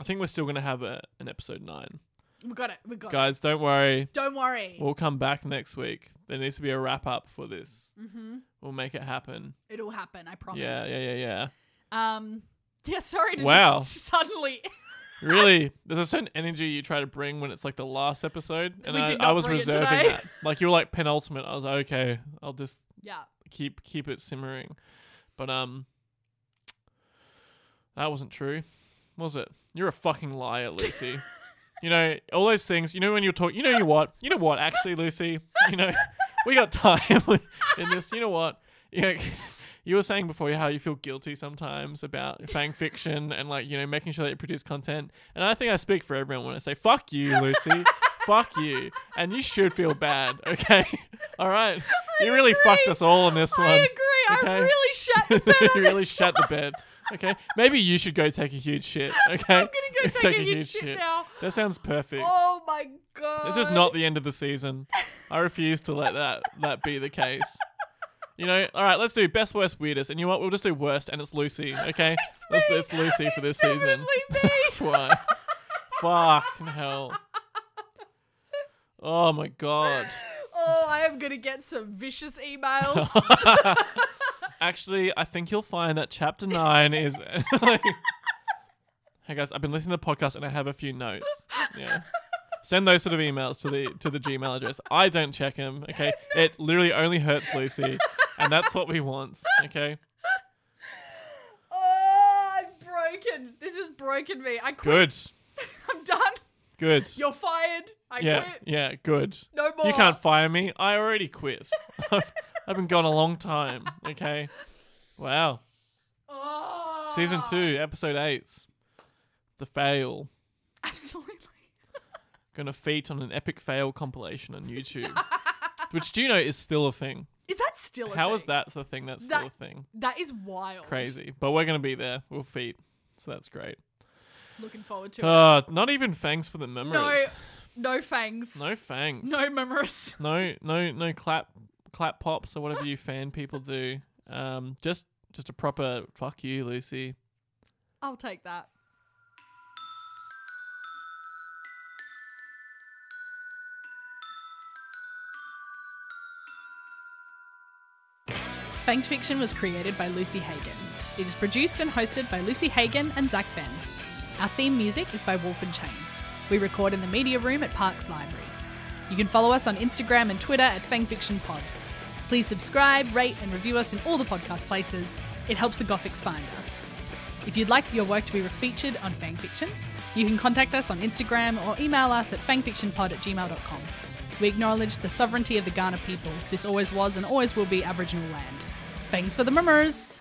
Speaker 2: I think we're still gonna have a, an episode nine,
Speaker 1: We got it. We got it.
Speaker 2: guys. Don't worry,
Speaker 1: Don't worry.
Speaker 2: we'll come back next week. There needs to be a wrap up for this.
Speaker 1: mm-hmm.
Speaker 2: We'll make it happen.
Speaker 1: It'll happen. I promise.
Speaker 2: Yeah, yeah,
Speaker 1: [COUGHS]
Speaker 2: yeah, yeah.
Speaker 1: yeah. Um. [LAUGHS] Yeah. Sorry to
Speaker 2: Wow.
Speaker 1: just [LAUGHS] suddenly.
Speaker 2: Really, there's a certain energy you try to bring when it's like the last episode, and
Speaker 1: We
Speaker 2: I,
Speaker 1: did
Speaker 2: I
Speaker 1: not
Speaker 2: was
Speaker 1: bring it
Speaker 2: reserving
Speaker 1: today.
Speaker 2: that. Like you were like penultimate. I was like, okay, I'll just
Speaker 1: yeah.
Speaker 2: keep keep it simmering, but um, that wasn't true, was it? You're a fucking liar, Lucy. you know all those things. You know when you're talking. You know you what? You know what? Actually, Lucy, you know we got time [LAUGHS] in this. You know what? You, know, [LAUGHS] you were saying before how you feel guilty sometimes about fan fiction and like you know making sure that you produce content. And I think I speak for everyone when I say fuck you, Lucy. fuck you, and you should feel bad. Okay, [LAUGHS] all right. you really fucked us all in this
Speaker 1: I
Speaker 2: one.
Speaker 1: agree. I
Speaker 2: okay.
Speaker 1: really shat
Speaker 2: [LAUGHS]
Speaker 1: the bed on
Speaker 2: You really
Speaker 1: this
Speaker 2: shat the bed. Okay, maybe you should go take a huge shit. Okay,
Speaker 1: [LAUGHS] I'm
Speaker 2: [LAUGHS]
Speaker 1: gonna go take a huge shit now.
Speaker 2: That sounds perfect.
Speaker 1: Oh my god. [LAUGHS]
Speaker 2: This is not the end of the season. I refuse to let that that be the case. You know, all right, let's do best, worst, weirdest. And you know what? We'll just do worst, and
Speaker 1: [LAUGHS]
Speaker 2: it's Lucy, okay? let's,
Speaker 1: me.
Speaker 2: it's Lucy for this
Speaker 1: It's
Speaker 2: season.
Speaker 1: definitely me.
Speaker 2: [LAUGHS]
Speaker 1: [LAUGHS]
Speaker 2: That's why. Fucking hell. Oh my god.
Speaker 1: Oh, I am gonna get some
Speaker 2: [LAUGHS]
Speaker 1: vicious emails.
Speaker 2: Actually, I think you'll find that chapter nine is. [LAUGHS] hey guys, I've been listening to the podcast and I have a few notes. Yeah. Send those sort of emails to the to the Gmail address. I don't check them. Okay, it literally only hurts Lucy, and that's what we want. Okay,
Speaker 1: oh, I'm broken. This has broken me. I quit.
Speaker 2: good,
Speaker 1: I'm done.
Speaker 2: good.
Speaker 1: You're fired. I
Speaker 2: yeah,
Speaker 1: quit.
Speaker 2: yeah, good.
Speaker 1: No more.
Speaker 2: You can't fire me. I already quit. I've, I've been gone a long time. Okay, wow.
Speaker 1: Oh.
Speaker 2: Season two, episode eight, the fail.
Speaker 1: Absolutely.
Speaker 2: gonna feat on an epic fail compilation
Speaker 1: [LAUGHS]
Speaker 2: on YouTube, which do you know is still a thing.
Speaker 1: Is that still? A
Speaker 2: How
Speaker 1: thing?
Speaker 2: is that the thing that's still
Speaker 1: That-
Speaker 2: a thing?
Speaker 1: That is wild.
Speaker 2: Crazy, but we're gonna be there. We'll feat, so that's great.
Speaker 1: Looking forward to it.
Speaker 2: Uh, not even thanks for the
Speaker 1: No,
Speaker 2: memories.
Speaker 1: no fangs.
Speaker 2: No, thanks.
Speaker 1: No memories.
Speaker 2: no, no, no clap, clap pops or whatever you fan people do. Um, just, just a proper fuck you, Lucy.
Speaker 1: I'll take that. Fanked Fiction was created by Lucy Hagen. It is produced and hosted by Lucy Hagen and Zach Ben. Our theme music is by Wolf and Chain. We record in the media room at Parks Library. You can follow us on Instagram and Twitter at FangFictionPod. Please subscribe, rate, and review us in all the podcast places. It helps the Gothics find us. If you'd like your work to be featured on FangFiction, you can contact us on Instagram or email us at fangfictionpod at gmail.com. We acknowledge the sovereignty of the Ghana people. This always was and always will be Aboriginal land. Thanks for the murmurs!